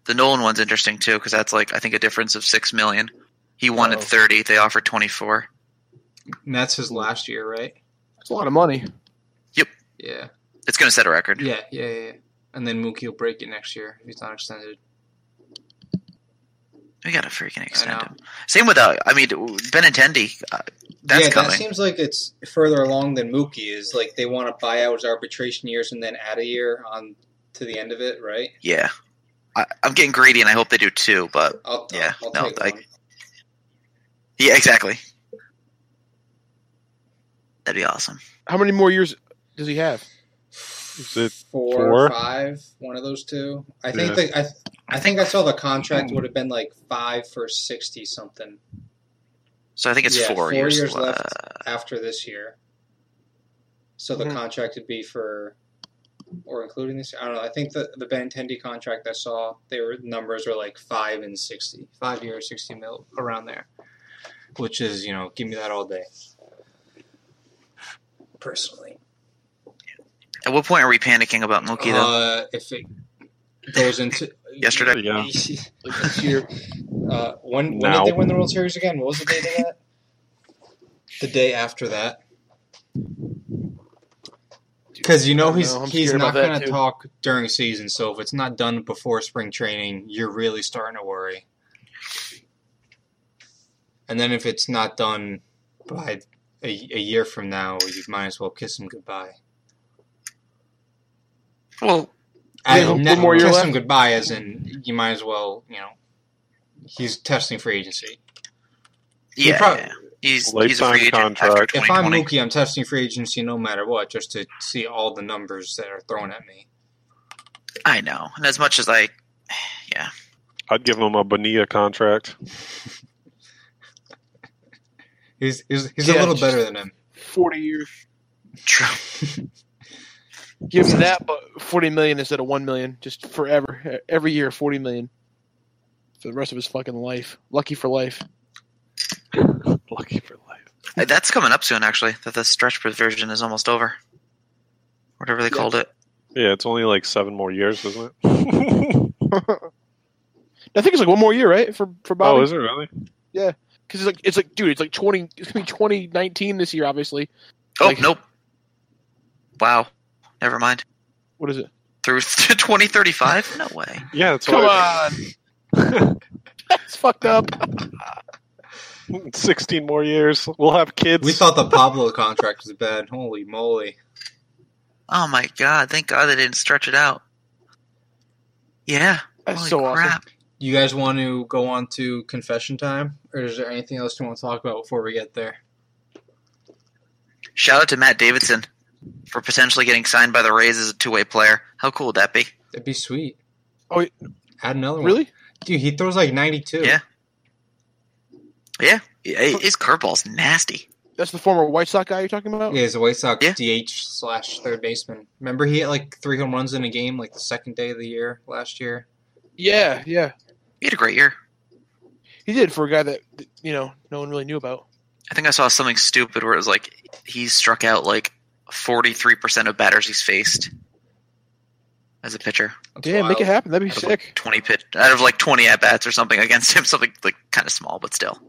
C: the Nolan one's interesting too because that's like I think a difference of six million. He wanted
B: Oh.
C: thirty. They offered twenty four.
A: And that's his last year, right?
B: It's a lot of money.
A: Yeah,
C: It's going to set a record.
A: yeah, yeah, yeah. yeah. And then Mookie will break it next year if he's not extended.
C: We got to freaking extend
A: know.
C: him. Same with uh, I mean Benintendi. Uh, that's
A: yeah,
C: coming.
A: that seems like it's further along than Mookie is. Like they want to buy out his arbitration years and then add a year on to the end of it, right?
C: Yeah. I, I'm getting greedy and I hope they do too, but
A: I'll,
C: Yeah,
A: I'll,
C: no,
A: I'll take
C: I-
A: one.
C: yeah, exactly. That'd be awesome.
B: How many more years does he have?
D: Is it
A: four,
D: four?
A: or five, one of those two. I
D: Yeah.
A: think the, I, I think I saw the contract
C: Hmm.
A: would have been like five for sixty something
C: So I think it's
A: Yeah,
C: four,
A: four
C: years,
A: years left.
C: uh,
A: after this year. So the
B: Mhm.
A: contract would be for or including this. I don't know. I think the the Benintendi contract I saw, their numbers were like five and sixty, five year, sixty mil around there, which is you know give me that all day. Personally,
C: At what point are we panicking about Mookie though?
A: uh, if it goes into
C: Yesterday.
D: Yeah.
B: Like this year,
A: Uh, when when
D: Now.
A: did they win the World Series again? What was the date of that?
F: The day after that,
A: Because you know he's
B: No, I'm
A: he's
B: scared
A: not
B: about that,
A: going to
B: too.
A: talk during season. So if it's not done before spring training, you're really starting to worry. And then if it's not done by a, a year from now, you might as well kiss him goodbye.
C: Well,
A: I
B: Yeah, one
A: not
B: more year
A: kiss
B: left.
A: him goodbye, as in you might as well. You know, he's testing for agency. He
C: yeah,
A: prob-
C: yeah. he's he's a
D: Lifetime
C: free agent after
D: contract.
A: If I'm
C: 2020.
A: Mookie, I'm testing for agency no matter what, just to see all the numbers that are thrown at me.
C: I know, and as much as I, yeah,
D: I'd give him a Bonilla contract.
A: He's he's, he's a
B: Yeah,
A: little
B: just-
A: better than him.
B: forty years.
C: true.
B: Give me that, but forty million instead of one million, just forever, E, every year, forty million for the rest of his fucking life. Lucky for life.
D: Lucky for life.
C: Uh, That's coming up soon, actually. That the stretch version is almost over. Whatever they
B: Yeah.
C: called it.
D: Yeah, it's only like seven more years, isn't it? Oh,
B: I think it's like one more year, right? For for Bobby.
D: oh, is it really?
B: Because it's like it's like, dude, it's like twenty. It's gonna be twenty nineteen this year, obviously.
C: Oh
B: Like-
C: nope. Wow. Never mind.
B: What is it?
C: Through to 2035? No way.
D: Yeah, that's
B: Come
D: why
B: on, that's fucked up.
D: 16 more years. We'll have kids.
A: We thought the Pablo contract was bad. Holy moly!
C: Oh my god! Thank God they didn't stretch it out. Yeah.
B: That's
C: Holy
B: so awesome.
C: crap.
A: You guys want to go on to confession time, or is there anything else you want to talk about before we get there?
C: Shout out to Matt Davidson for potentially getting signed by the Rays as a two-way player. How cool would that be?
A: That'd be sweet.
B: Oh, wait.
A: add another one.
B: Really?
A: dude? He throws like ninety-two.
C: Yeah. Yeah, His curveball's nasty.
B: That's the former White Sox guy you're talking about.
A: Yeah, he's a White Sox
C: Yeah.
A: DH slash third baseman. Remember, he had like three home runs in a game, like the second day of the year last year.
B: yeah. yeah.
C: He had a great year.
B: He did for a guy that that, you know no one really knew about.
C: I think I saw something stupid where it was like he struck out like 43% of batters he's faced as a pitcher.
A: That's
B: Damn, make
A: wild.
B: it happen. That'd be
C: That's
B: sick.
C: 20 pitch out of like 20 at bats or something against him, something like kind of small, but still.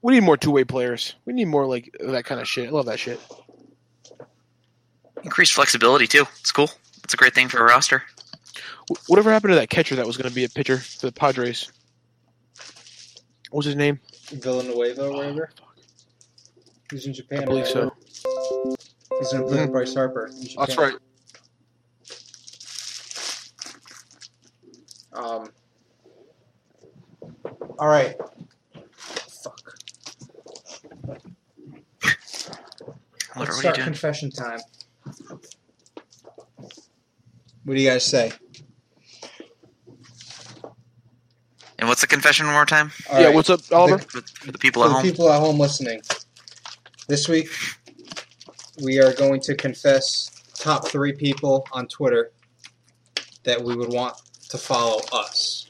B: We need more two way players. We need more like that kind of shit. I love that shit.
C: Increased flexibility too. It's cool. It's a great thing for a roster.
B: Wh- Whatever happened to that catcher that was going to be a pitcher for the Padres? What was his name?
A: Villanueva, or whatever. He's in Japan.
B: I believe so.
A: He's in play with Bryce Harper. in Japan. Um. All right. Fuck.
C: What,
A: Let's
C: what are you
A: start
C: doing?
A: confession time. What do you guys say?
C: And what's the confession one more time
A: All
B: yeah.
A: right,
B: What's up, Oliver?
C: for, for the people
A: for
C: at
A: the
C: home?
A: people at home listening, this week we are going to confess top three people on Twitter that we would want to follow us.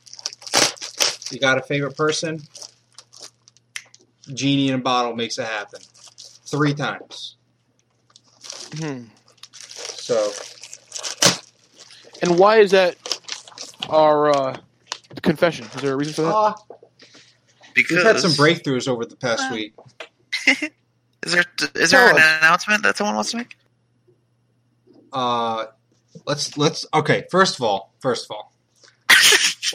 A: You got a favorite person? Genie in a bottle makes it happen. Three times.
B: Hmm.
A: So
B: And why is that our uh, confession? Is there a reason for that?
A: Ah,
C: Because
A: we've had some breakthroughs over the past
C: Uh,
A: week.
C: Is there is there
B: Tell
C: an
B: us.
C: announcement that someone wants to make?
A: Uh, let's let's okay. First of all, first of all,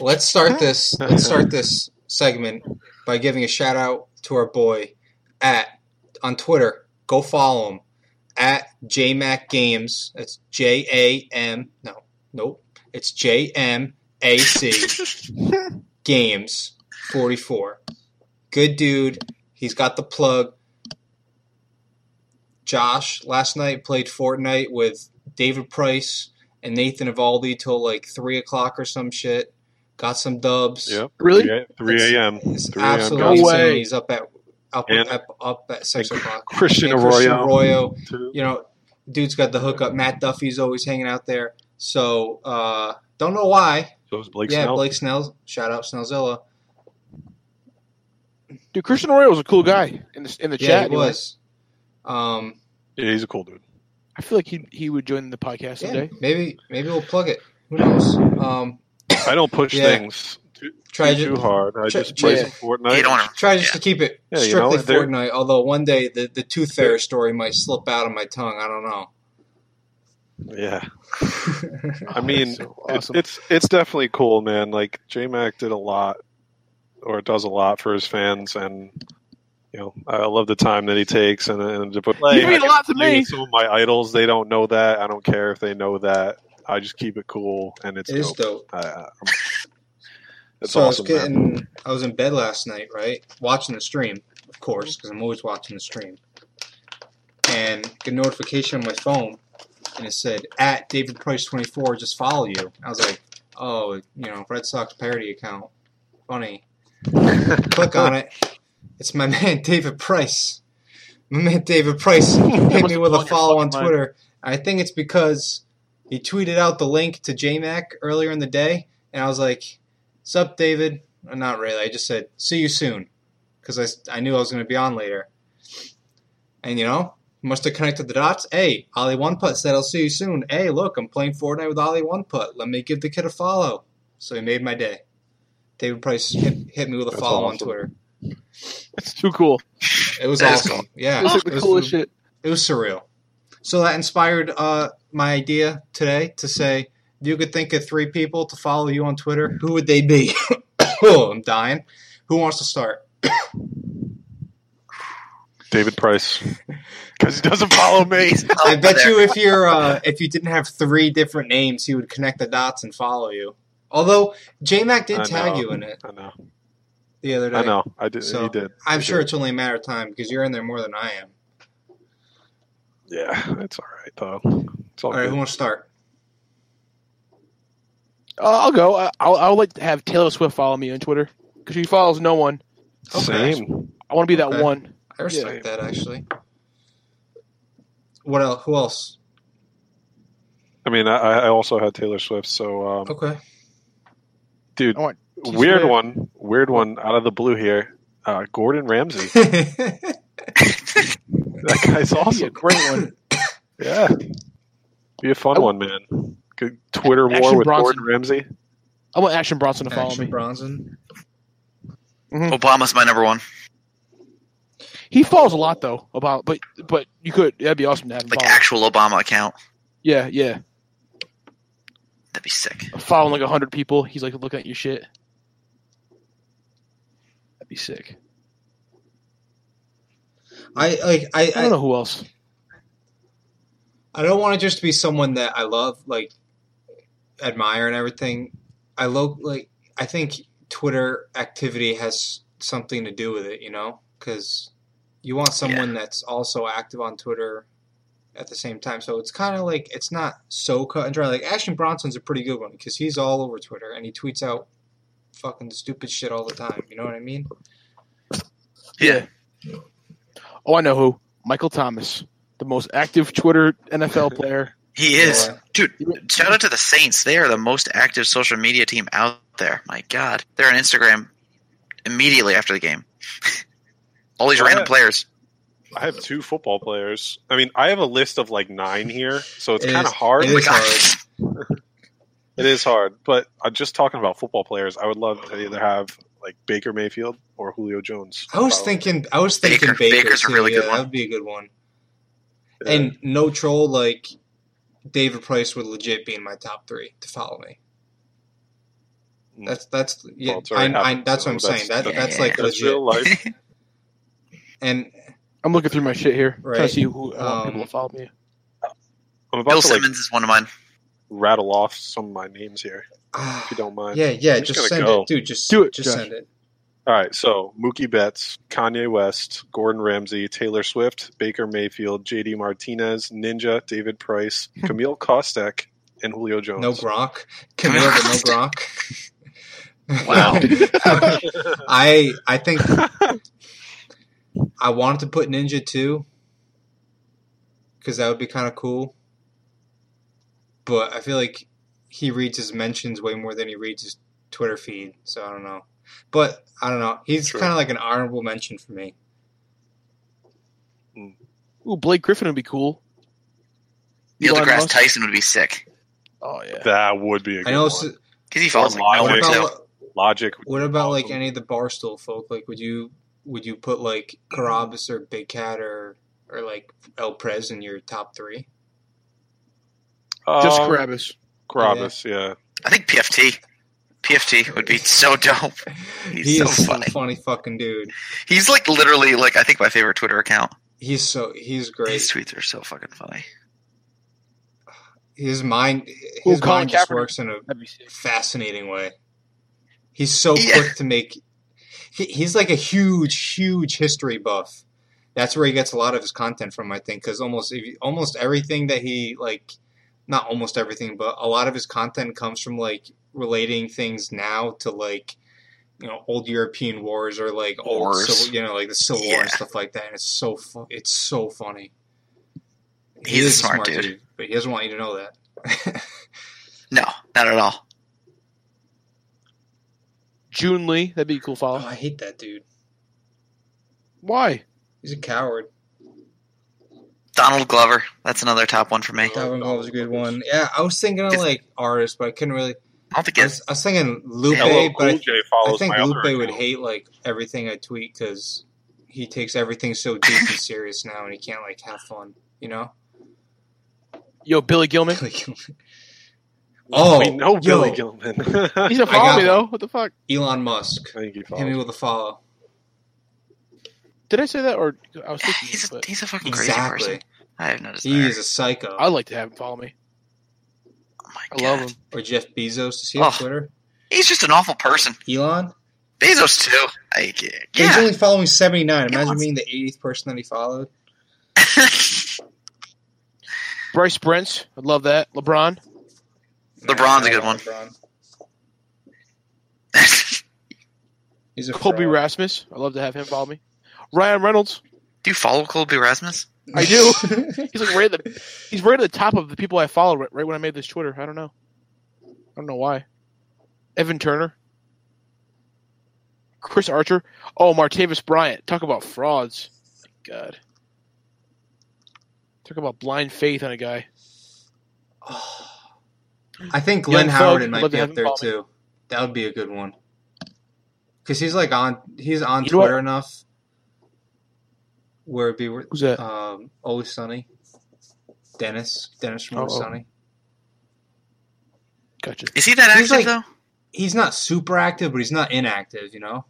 A: let's start this. Let's start this segment by giving a shout out to our boy at on Twitter. Go follow him at JMac Games. That's J A M. No, nope. It's J M A C. Games 44. Good dude. He's got the plug. Josh last night played Fortnite with David Price and Nathan Ivaldi till like 3 o'clock or some shit. Got some dubs.
D: Yep.
B: Really?
D: 3 3 a.m.
A: It's
D: 3 a.m.
A: absolutely
B: No
D: guys.
A: insane.
B: way.
A: He's up at up,
D: And-
A: up, up at 6
D: and
A: o'clock.
D: Christian
A: And Christian
D: Arroyo.
A: Arroyo.
D: too.
A: You know, Dude's got the hookup. Matt Duffy's always hanging out there. So uh, don't know why.
D: So is Blake
A: yeah,
D: Snell.
A: Blake Snell. Shout out Snellzilla.
B: Dude, Christian Arroyo was a cool guy in the in the
A: Yeah,
B: chat.
A: he
B: anyway.
A: was. Um,
D: Yeah, he's a cool dude.
B: I feel like he he would join the podcast
A: yeah,
B: someday.
A: maybe maybe we'll plug it. Who knows? Um,
D: I don't push
A: Yeah.
D: things too,
A: try
D: too
A: just
D: hard. I
A: Try-
D: just play
B: yeah.
D: some Fortnite.
C: You don't want to.
A: try just to keep it
D: Yeah, you know,
A: strictly
D: if they're-
A: Fortnite. Although one day the the tooth fairy story might slip out of my tongue. I don't know.
D: Yeah, I mean,
B: so
D: it's,
B: awesome.
D: it's it's definitely cool, man. Like J Mac did a lot, or does a lot for his fans, and you know, I love the time that he takes and, and to put.
B: You mean a lot to
D: Like,
B: me.
D: Some of my idols, they don't know that. I don't care if they know that. I just keep it cool, and it's
A: It is
D: dope.
A: dope.
D: I, I, I'm- it's
A: so
D: awesome.
A: I was getting, I was in bed last night, right, watching the stream, of course, because I'm always watching the stream, and get a notification on my phone, and it said at David Price 24 just follow you. I was like, oh, you know, Red Sox parody account, funny. Click on it. It's my man David Price. My man David Price hit me
B: What's
A: with
B: wrong
A: a
B: with
A: follow
B: your
A: on
B: fucking mind?
A: Twitter. I think it's because he tweeted out the link to JMac earlier in the day, and I was like, Sup, David? Uh, Not really. I just said, See you soon. Because I, s- I knew I was going to be on later. And you know, must have connected the dots. Hey, Ollie One Putt said, I'll see you soon. Hey, look, I'm playing Fortnite with Ollie One Putt. Let me give the kid a follow. So he made my day. David Price hit, hit me with a
D: That's
A: follow
D: awesome.
A: on Twitter.
B: It's too cool.
A: It was
C: That is
A: awesome.
C: cool.
A: Yeah.
B: It's like
A: it
B: the
A: was-
B: coolest shit.
A: it was surreal. So that inspired uh, my idea today to say, if you could think of three people to follow you on Twitter, who would they be? oh, I'm dying. Who wants to start?
D: David Price, because he doesn't follow me.
A: I bet you if you're uh, if you didn't have three different names, he would connect the dots and follow you. Although JMac did
D: I
A: tag
D: know.
A: you in it
D: I know.
A: the other day.
D: I know. I did.
A: So-
D: he did.
A: I'm
D: He
A: sure
D: did.
A: it's only a matter of time because you're in there more than I am.
D: Yeah, it's all right though. It's all,
A: All right,
D: Oh, good.
A: who wants to start?
B: Uh, I'll go. I, I'll, I'll like to have Taylor Swift follow me on Twitter because she follows no one.
A: Okay.
D: Same.
B: I want to be that
A: Okay.
B: one.
A: I respect that actually. What else? Who else?
D: I mean, I, I also had Taylor Swift. So, um,
A: Okay.
D: dude,
B: I want T-Swift.
D: weird one, weird one out of the blue here. Uh, Gordon Ramsay. that guy's
B: That'd be a
D: awesome.
B: great one.
D: Yeah, be a fun
B: I-
D: one, man. Good Twitter war
B: Action
D: with
B: Bronson.
D: Gordon Ramsay.
B: I want Action Bronson to follow
A: Action
B: me.
A: Bronson.
C: Obama's my number one.
B: He follows a lot though. About but but you could that'd be awesome to have him
C: Like
B: follow.
C: actual Obama account.
B: Yeah, yeah.
C: That'd be sick.
B: Following like hundred people. He's like looking at your shit. That'd be sick.
A: I like I
B: I don't know who else.
A: I, I don't want it just to be someone that I love, like admire and everything. I lo- like I think Twitter activity has something to do with it, you know, because you want someone that's also active on Twitter at the same time. So it's kind of like it's not so cut and dry. Like Action Bronson's a pretty good one because he's all over Twitter and he tweets out fucking stupid shit all the time. You know what I mean?
C: Yeah.
B: Oh, I know who. Michael Thomas, the most active Twitter NFL player.
C: He is.
A: Yeah.
C: Dude, shout out to the Saints. They are the most active social media team out there. My God. They're on Instagram immediately after the game. All these
D: Yeah.
C: random players.
D: I have two football players. I mean, I have a list of like nine here, so it's
A: It
D: kind
A: is-
D: of hard.
A: it
C: Oh my
A: is
C: God.
A: hard.
D: It is hard, but I'm just talking about football players. I would love to either have like Baker Mayfield or Julio Jones. Uh,
A: I was
D: Probably.
A: thinking. I was thinking
C: Baker.
A: Baker.
C: Baker's a
A: too.
C: really
A: yeah,
C: good one.
A: That would be a good one.
D: Yeah.
A: And no troll, like David Price would legit be in my top three to follow me.
D: Mm.
A: That's that's yeah.
D: Well, it's
A: I,
D: already
A: I,
D: happened,
A: that's what I'm
D: so
A: saying. That
D: that's-
A: that's like
D: that's
A: legit.
D: real life.
A: And
B: I'm looking through my shit here. Trying
A: Right.
B: to see who I want
A: Um,
B: people to follow me.
D: I'm about
C: Bill
D: to like
C: Simmons is one of mine.
D: rattle off some of my names here,
A: ah,
D: if you don't mind.
A: yeah, yeah.
D: I'm
A: Just,
D: just gonna
A: send
D: go.
A: it, dude. Just
B: Do it,
A: Just
B: Josh.
A: send it.
D: All right, so Mookie Betts, Kanye West, Gordon Ramsay, Taylor Swift, Baker Mayfield, JD Martinez, Ninja, David Price, Camille Kostek, and Julio Jones.
A: No Gronk. Camille, but no Gronk.
C: Wow.
A: I I think I wanted to put Ninja too because that would be kind of cool. But I feel like he reads his mentions way more than he reads his Twitter feed, so I don't know. But I don't know. He's
D: True.
A: kind of like an honorable mention for me.
B: Ooh, Blake Griffin would be cool.
C: Neil
B: Elon
C: deGrasse
B: Musk?
C: Tyson would be sick
B: Oh yeah.
D: That would be a good
A: I know.
D: one.
A: s-
C: because he falls
D: Or
C: like
A: What
C: nowhere
D: Logic.
C: too.
A: about
D: Logic.
A: what about like
D: Awesome.
A: any of the barstool folk? Like, would you would you put like Carabas or Big Cat or or like El Prez in your top three?
B: Just
D: Um,
B: Kravis.
D: Carabas, yeah.
C: I think PFT. PFT would be so dope. He's
A: he
C: so
A: is
C: funny.
A: a funny fucking dude.
C: He's like literally like I think my favorite Twitter account.
A: He's so he's great.
C: His tweets are so fucking funny.
A: His mind
B: Ooh,
A: his
B: Colin
A: mind just
B: Kaepernick.
A: works in a
B: That'd be sick.
A: fascinating way. He's so
C: Yeah.
A: quick to make. He, he's like a huge, huge history buff. That's where he gets a lot of his content from, I think, because almost if you- almost everything that he like, not almost everything, but a lot of his content comes from like relating things now to like, you know, old European wars or like old,
C: Wars.
A: civil, you know, like the Civil War and
C: Yeah.
A: stuff like that. And it's so fu- it's so funny.
C: He's a
A: is
C: smart dude.
A: but he doesn't want you to know that.
C: No, not at all.
B: June Lee, that'd be a cool
A: oh,
B: follow.
A: I hate that dude.
B: Why?
A: He's a coward.
C: Donald Glover. That's another top one for me.
A: That one
D: Donald
A: was a good
D: Glover's-
A: one. Yeah, I was thinking of
C: Just-
A: like artists, but I couldn't really.
C: I don't think
A: I
C: it's
A: was, I was thinking Lupe,
D: Hello,
A: but I,
D: Cool J
A: I
D: follows
A: think
D: my other
A: Lupe would
D: account.
A: hate like everything I tweet because he takes everything so deep and serious now, and he can't like have fun. You know?
B: Yo, Billy Gilman.
A: Like, oh,
D: we know
A: yo,
D: Billy Gilman.
B: He's
D: I
B: gonna follow
A: got
B: me
A: one.
B: though. What the fuck?
A: Elon Musk.
D: think he
A: Hit me
D: follows.
A: with a follow.
B: Did I say that or I was
C: yeah,
B: thinking?
C: he's
B: it,
C: a,
B: but
C: he's a fucking crazy person.
A: Exactly.
C: I have no desire.
A: He is a psycho.
B: I'd like to have him follow me.
C: oh my
B: I
C: god.
B: love him.
A: or Jeff Bezos. Is he on
C: Oh.
A: Twitter?
C: He's just an awful person.
A: Elon.
C: Bezos too. I,
A: He's
C: yeah.
A: only following seventy nine.
C: He
A: Imagine
C: wants-
A: being the eightieth person that he followed.
B: Bryce Brents, I'd love that. LeBron.
C: LeBron's a good one.
A: LeBron. He's a
B: Kobe
A: fraud.
B: Rasmus. I'd love to have him follow me. Ryan Reynolds.
C: Do you follow Colby Rasmus?
B: I do. He's like right at the he's right at the top of the people I follow right, right when I made this Twitter. I don't know. I don't know why. Evan Turner. Chris Archer. Oh, Martavis Bryant. Talk about frauds. My God. Talk about blind faith on a guy.
A: I think
B: Young
A: Glenn Howard
B: Thug,
A: might
B: love to
A: be
B: have
A: up
B: him
A: there
B: follow me.
A: too. That would be a good one. Cause he's like on he's on
B: You know what?
A: Twitter enough where it'd be wor-
B: Who's that?
A: um always sunny. Dennis. Dennis from Always
B: Uh-oh.
A: Sunny.
B: Gotcha.
C: Is he that
A: He's
C: active
A: like-
C: though?
A: He's not super active, but he's not inactive, you know?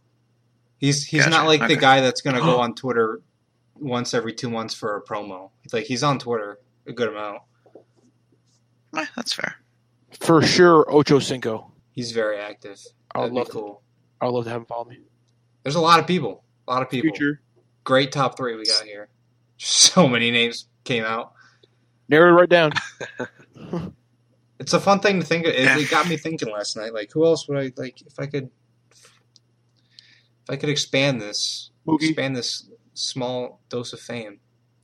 A: He's he's not
C: Gotcha.
A: like
C: Okay.
A: the guy that's gonna go on Twitter once every two months for a promo. Like he's on Twitter a good amount.
C: Eh, that's fair.
B: For sure, Ocho Cinco.
A: He's very active.
B: I
A: That'd
B: would
A: be
B: love to,
A: cool.
B: I would love to have him follow me.
A: There's a lot of people. A lot of people.
B: Future.
A: great top three we got here. So many names came out.
B: Narrow it right down.
A: It's a fun thing to think. Of. It,
C: Yeah.
A: it got me thinking last night. Like, who else would I like if I could? If I could expand this,
B: Mookie.
A: expand this small dose of fame,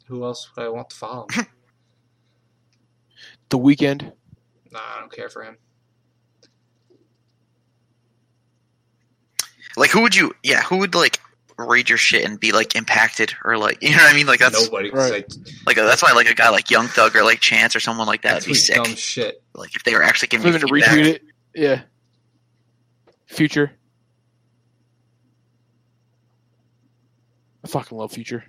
A: who else would I want to follow?
B: The weekend.
A: nah, I don't care for him.
C: Like who would you? Yeah, who would like read your shit and be like impacted or like you know what I mean? Like that's
A: Nobody. 'cause
B: right.
A: I-
C: like that's why like a guy like Young Thug or like Chance or someone like that
A: that's
C: would
A: what
C: be sick.
A: dumb shit.
C: Like if they were actually
B: I'm
C: giving you
B: going to
C: feedback.
B: retweet it. Yeah. Future. I fucking love Future.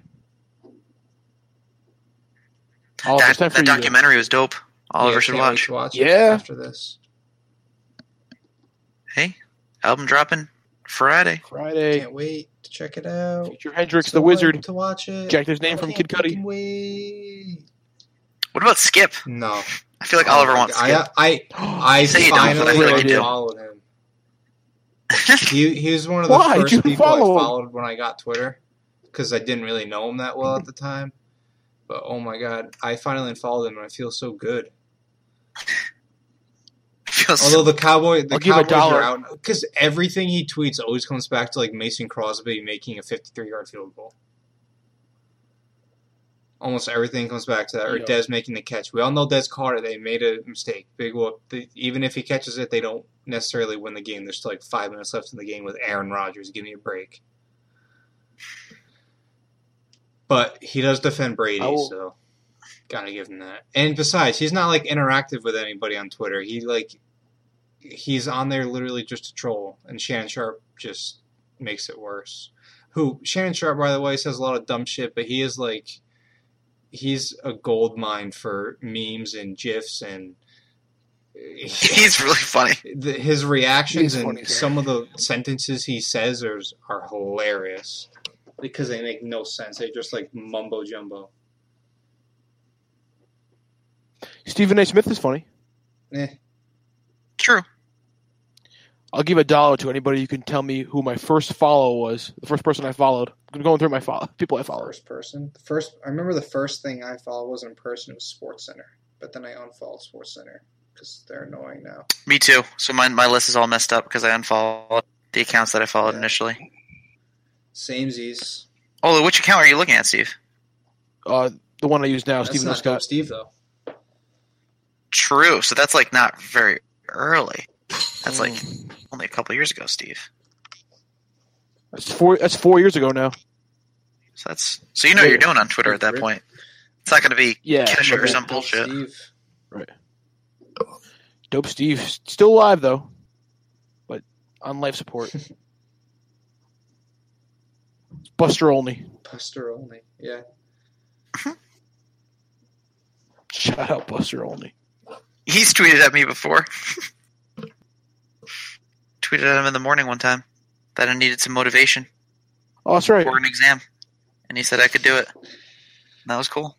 B: Oh,
C: that
B: it's time for
C: that
B: you to-
C: documentary was dope. Oliver
A: Yeah,
C: should
A: can't wait
C: watch.
A: to watch it
B: Yeah.
A: after this.
C: Hey, album dropping Friday.
B: Friday.
A: Can't wait to check it out.
B: Future Hendrix,
A: So
B: the
A: hyped
B: Wizard.
A: to watch it.
B: Jack, there's name
A: I
B: from
A: can't
B: Kid Cudi.
A: fucking Wait.
C: What about Skip?
A: No.
C: I feel like Oliver wants Skip.
A: Oh, I, I I
C: Say you don't, but I
A: finally
C: feel like
A: like
C: you do.
A: followed him. He, he was one of the
B: Why?
A: first
B: You
A: people
B: follow him.
A: I followed when I got Twitter because I didn't really know him that well at the time. But oh my god, I finally unfollowed him and I feel so good.
C: Feels-
A: Although the cowboy, the
B: I'll give a
A: cowboys
B: dollar.
A: are out because everything he tweets always comes back to like Mason Crosby making a 53 yard field goal. Almost everything comes back to that, or
B: Yeah.
A: Dez making the catch. We all know Dez caught it. They made a mistake. Big whoop. They, even if he catches it, they don't necessarily win the game. There's still like five minutes left in the game with Aaron Rodgers. Give me a break. But he does defend Brady,
B: I will-
A: so gotta give him that. And besides, he's not like interactive with anybody on Twitter. He like he's on there literally just to troll, and Shannon Sharp just makes it worse. Who Shannon Sharp, by the way, says a lot of dumb shit, but he is like he's a gold mine for memes and gifs and
C: He's really funny.
A: the, his reactions
B: He's
A: and
B: funny, yeah.
A: some of the sentences he says are are hilarious because they make no sense. They just like mumbo jumbo.
B: Stephen A. Smith is funny.
A: Eh.
C: True.
B: I'll give a dollar to anybody who can tell me who my first follow was. The first person I followed. I'm going through my follow people I followed.
A: first person. The first I remember the first thing I followed was in person it was Sports Center, but then I unfollowed Sports Center because they're annoying now.
C: Me too. So my my list is all messed up because I unfollowed the accounts that I followed
A: Yeah.
C: initially.
A: Samesies.
C: Oh, which account are you looking at, Steve?
B: Uh, the one I use now,
A: That's
B: Stephen O.
A: not Dope
B: Scott.
A: Steve though.
C: True. So that's like not very early. That's like
B: Mm.
A: Hmm.
C: only a couple years ago, Steve.
B: That's four. That's four years ago now.
C: So that's so you know what you're doing on Twitter at that
A: Rip.
C: point. It's not going to be
B: Yeah,
C: Kesher or
B: okay.
C: some
A: Dope
C: bullshit.
A: Steve.
B: Dope Steve still alive though, but on life support. Buster only.
A: Buster only. Yeah.
B: Shout out Buster only.
C: He's tweeted at me before. tweeted at him in the morning one time that I needed some motivation
B: Oh, that's right.
C: for an exam, and he said I could do it. And that was cool.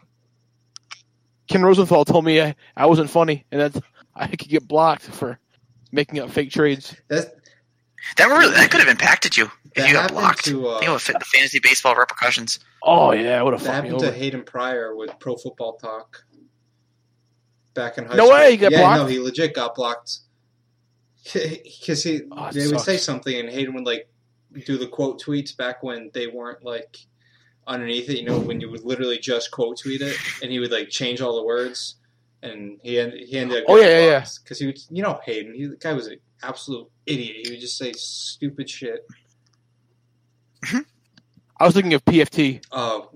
B: Ken Rosenthal told me I, I wasn't funny and that I could get blocked for making up fake trades.
A: That's,
C: That really that could have impacted you if
A: that
C: you got
A: happened
C: blocked.
A: to uh,
C: Think of the fantasy baseball repercussions.
B: Oh yeah, I would have
A: That
B: fucked me
A: happened to
B: over.
A: Hayden Pryor with Pro Football Talk back in high
B: No
A: school.
B: way, he got
A: yeah, no,
B: blocked?
A: he legit got blocked because he
B: Oh, it
A: they would say
B: sucks.
A: something and Hayden would like do the quote tweets back when they weren't like underneath it. You know, when you would literally just quote tweet it, and he would like change all the words, and he end, he ended up
B: Oh, yeah, yeah, yeah.
A: because he would you know Hayden he the guy was an absolute idiot. He would just say stupid shit.
B: I was thinking of PFT.
A: Oh,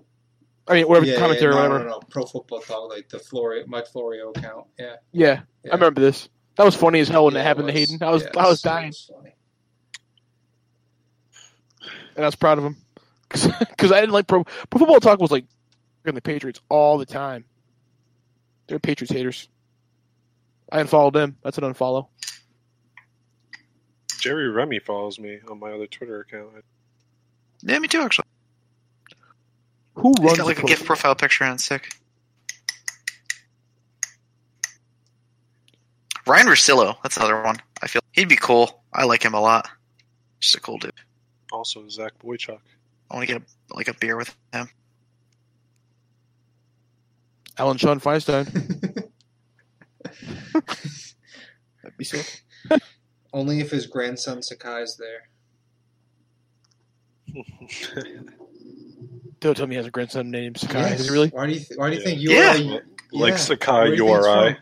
B: I mean, whatever
A: yeah, yeah,
B: commentary,
A: no,
B: or whatever.
A: No, no, Pro Football Talk, like the Florio, Mike Florio account. Yeah.
B: Yeah,
A: Yeah.
B: I remember this. That was funny as hell when
A: Yeah,
B: that
A: it
B: happened to
A: was.
B: Hayden. I was
A: Yeah,
B: I was
A: it's-
B: dying,
A: it's funny.
B: and I was proud of him because I didn't like pro, pro football talk was like fucking the Patriots all the time. They're Patriots haters. I unfollowed them. That's an unfollow.
D: Jerry Remy follows me on my other Twitter account.
C: Yeah, me too. Actually,
B: Who
C: he's
B: runs
C: got like a
B: the
C: gift
B: pro-
C: profile picture on sick. Ryan Russillo, that's another one. I feel he'd be cool. I like him a lot. Just a cool dude.
D: Also, Zach Boychuk.
C: I want to get a, like a beer with him.
B: Alan Sean Feinstein? That'd be so.
A: Only if his grandson Sakai's there.
B: Don't tell me he has a grandson named Sakai.
A: Yes.
B: Is it really?
A: Why do you? Th- why do you
D: Yeah.
A: think you?
C: Yeah.
A: Are,
D: like
A: Yeah.
D: Sakai
A: Where do you think he's
D: Uri.
A: from?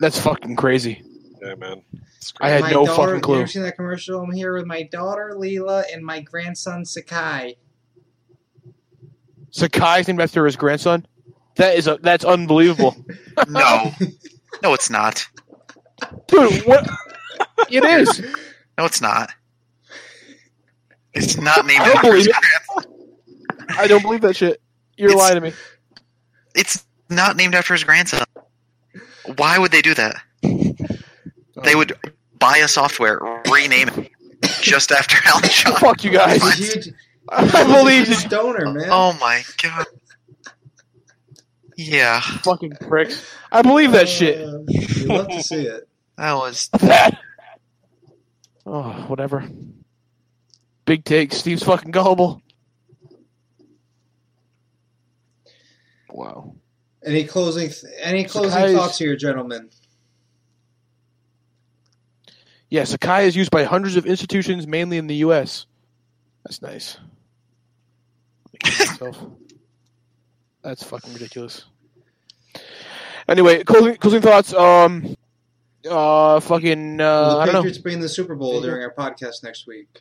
B: That's fucking crazy.
D: Yeah, man. It's
B: I had
D: great.
A: my
B: no
A: daughter,
B: fucking clue.
A: You ever seen that commercial? I'm here with my daughter Leela and my grandson Sakai.
B: Sakai's named after his grandson. That is a that's unbelievable,
C: No, no, it's not.
B: dude. What? It is.
C: No, it's not. It's not named.
B: I don't
C: after his
B: believe it.
C: grand-
B: I don't believe that shit. You're
C: It's-
B: lying to me.
C: It's not named after his grandson. Why would they do that? They would buy a software, rename it just after Alan Shaw.
B: Fuck you guys.
A: He's a huge,
B: I believe you
A: he's a donor, man.
C: Oh my god. Yeah,
B: fucking pricks. I believe that shit.
A: Uh, you love to see it.
C: that was.
B: That. Oh, whatever. Big take. Steve's fucking gullible. Wow.
A: Any closing? Th- any closing
B: Sakai's-
A: thoughts here, gentlemen?
B: Yeah, Sakai is used by hundreds of institutions, mainly in the U.S. That's nice. Myself. That's fucking ridiculous. Anyway, closing, closing thoughts. Um, uh, fucking. Uh, I
A: Will the
B: don't know.
A: Patriots bring the Super Bowl during our podcast next week.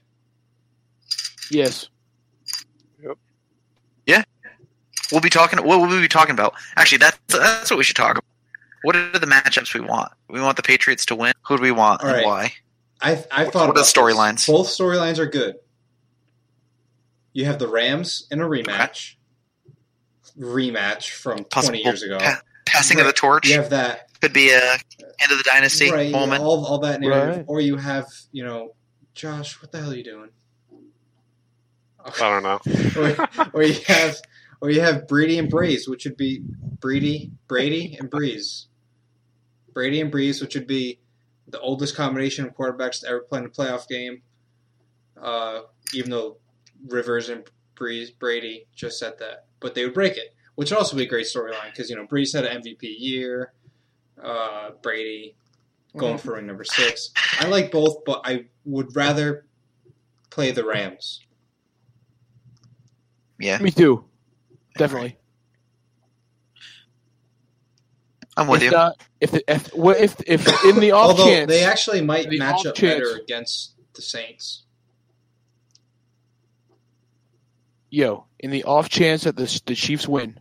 B: Yes.
C: We'll be talking. What will we be talking about? Actually, that's that's what we should talk about. What are the matchups we want? We want the Patriots to win. Who do we want
A: All right.
C: and why?
A: I I
C: What-
A: thought
C: what are the
A: about this.
C: storylines?
A: Both storylines are good. You have the Rams in a rematch, rematch from
C: Possible
A: twenty years ago.
C: pa- passing of
A: Right.
C: the torch
A: You have that
C: could be a end of the dynasty
A: right,
C: moment.
A: all all that narrative,
B: Right.
A: or you have you know, Josh, what the hell are you doing?
D: I don't know.
A: or, or you have or you have Brady and Breeze, which would be Brady, Brady and Breeze. Brady and Breeze, which would be the oldest combination of quarterbacks to ever play in a playoff game. Uh, even though Rivers and Breeze Brady just said that, but they would break it, which would also be a great storyline because you know Breeze had an MVP year. Uh, Brady going for ring number six. I like both, but I would rather play the Rams.
C: Yeah,
B: Me too. Definitely.
C: I'm with
B: if
C: you.
B: not, if the, if, what if if in the off
A: Although
B: chance
A: they actually might
B: The
A: match
B: off
A: up
B: chance.
A: better against the Saints.
B: yo, in the off chance that the the Chiefs win,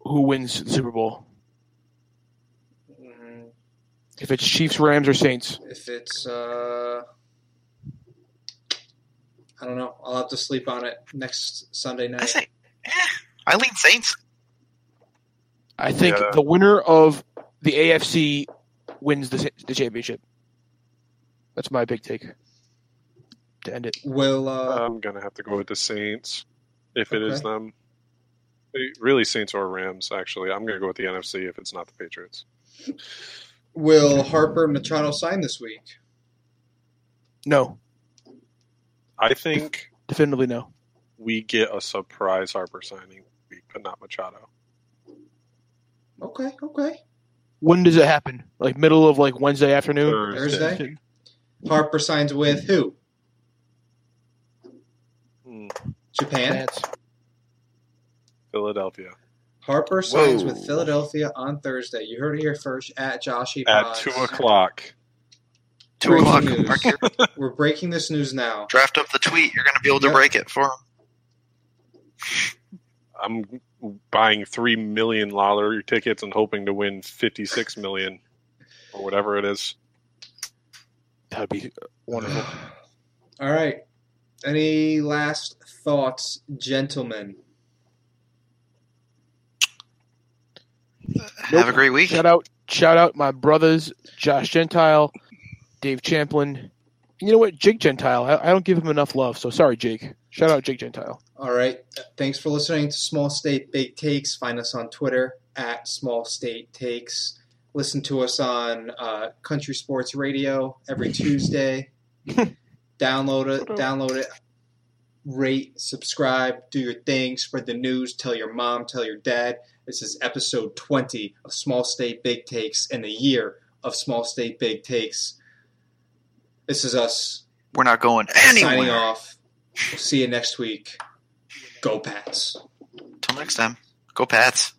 B: who wins the Super Bowl?
A: Mm,
B: If it's Chiefs, Rams, or Saints,
A: If it's, uh, I don't know. I'll have to sleep on it next Sunday
C: I
A: night.
C: say, eh, I lean Saints.
B: I think
D: Yeah.
B: the winner of the AFC wins the the championship. That's my big take. To end it,
A: Will uh,
D: I'm gonna have to go with the Saints if it is
A: Okay.
D: them. Really, Saints or Rams? Actually, I'm gonna go with the NFC if it's not the Patriots.
A: Will Harper Machado sign this week?
B: no,
D: I think
B: definitively no.
D: we get a surprise Harper signing week, but not Machado.
A: Okay, okay.
B: When does it happen? Like middle of like Wednesday afternoon.
A: Thursday? Harper signs with who?
D: Hmm,
A: Japan.
B: That's
D: Philadelphia
A: Harper signs
C: Whoa.
A: with Philadelphia on Thursday. You heard it here first at Joshy
D: at
A: Pods.
D: two o'clock.
C: Two o'clock.
A: Breaking
C: Mark
A: news.
C: your-
A: We're breaking this news now.
C: Draft up the tweet. You're gonna be able to
A: Yep.
C: break it for 'em.
D: I'm buying three million lottery tickets and hoping to win fifty-six million or whatever it is.
B: that'd be uh, wonderful.
A: All right. Any last thoughts, gentlemen?
C: Have a great week.
B: Shout out, shout out my brothers, Josh Gentile, Dave Champlin. And you know what? Jake Gentile. I, I don't give him enough love, so sorry, Jake. Shout out Jake Gentile.
A: All right. Thanks for listening to Small State Big Takes. Find us on Twitter at Small State Takes. Listen to us on uh, Country Sports Radio every Tuesday. download it. Download it. Rate, subscribe, do your thing, spread the news, tell your mom, tell your dad. This is episode 20 of Small State Big Takes and the year of Small State Big Takes. This is us
C: We're not going
A: signing
C: anywhere.
A: off. We'll see you next week. Go Pats.
C: Till next time. Go Pats.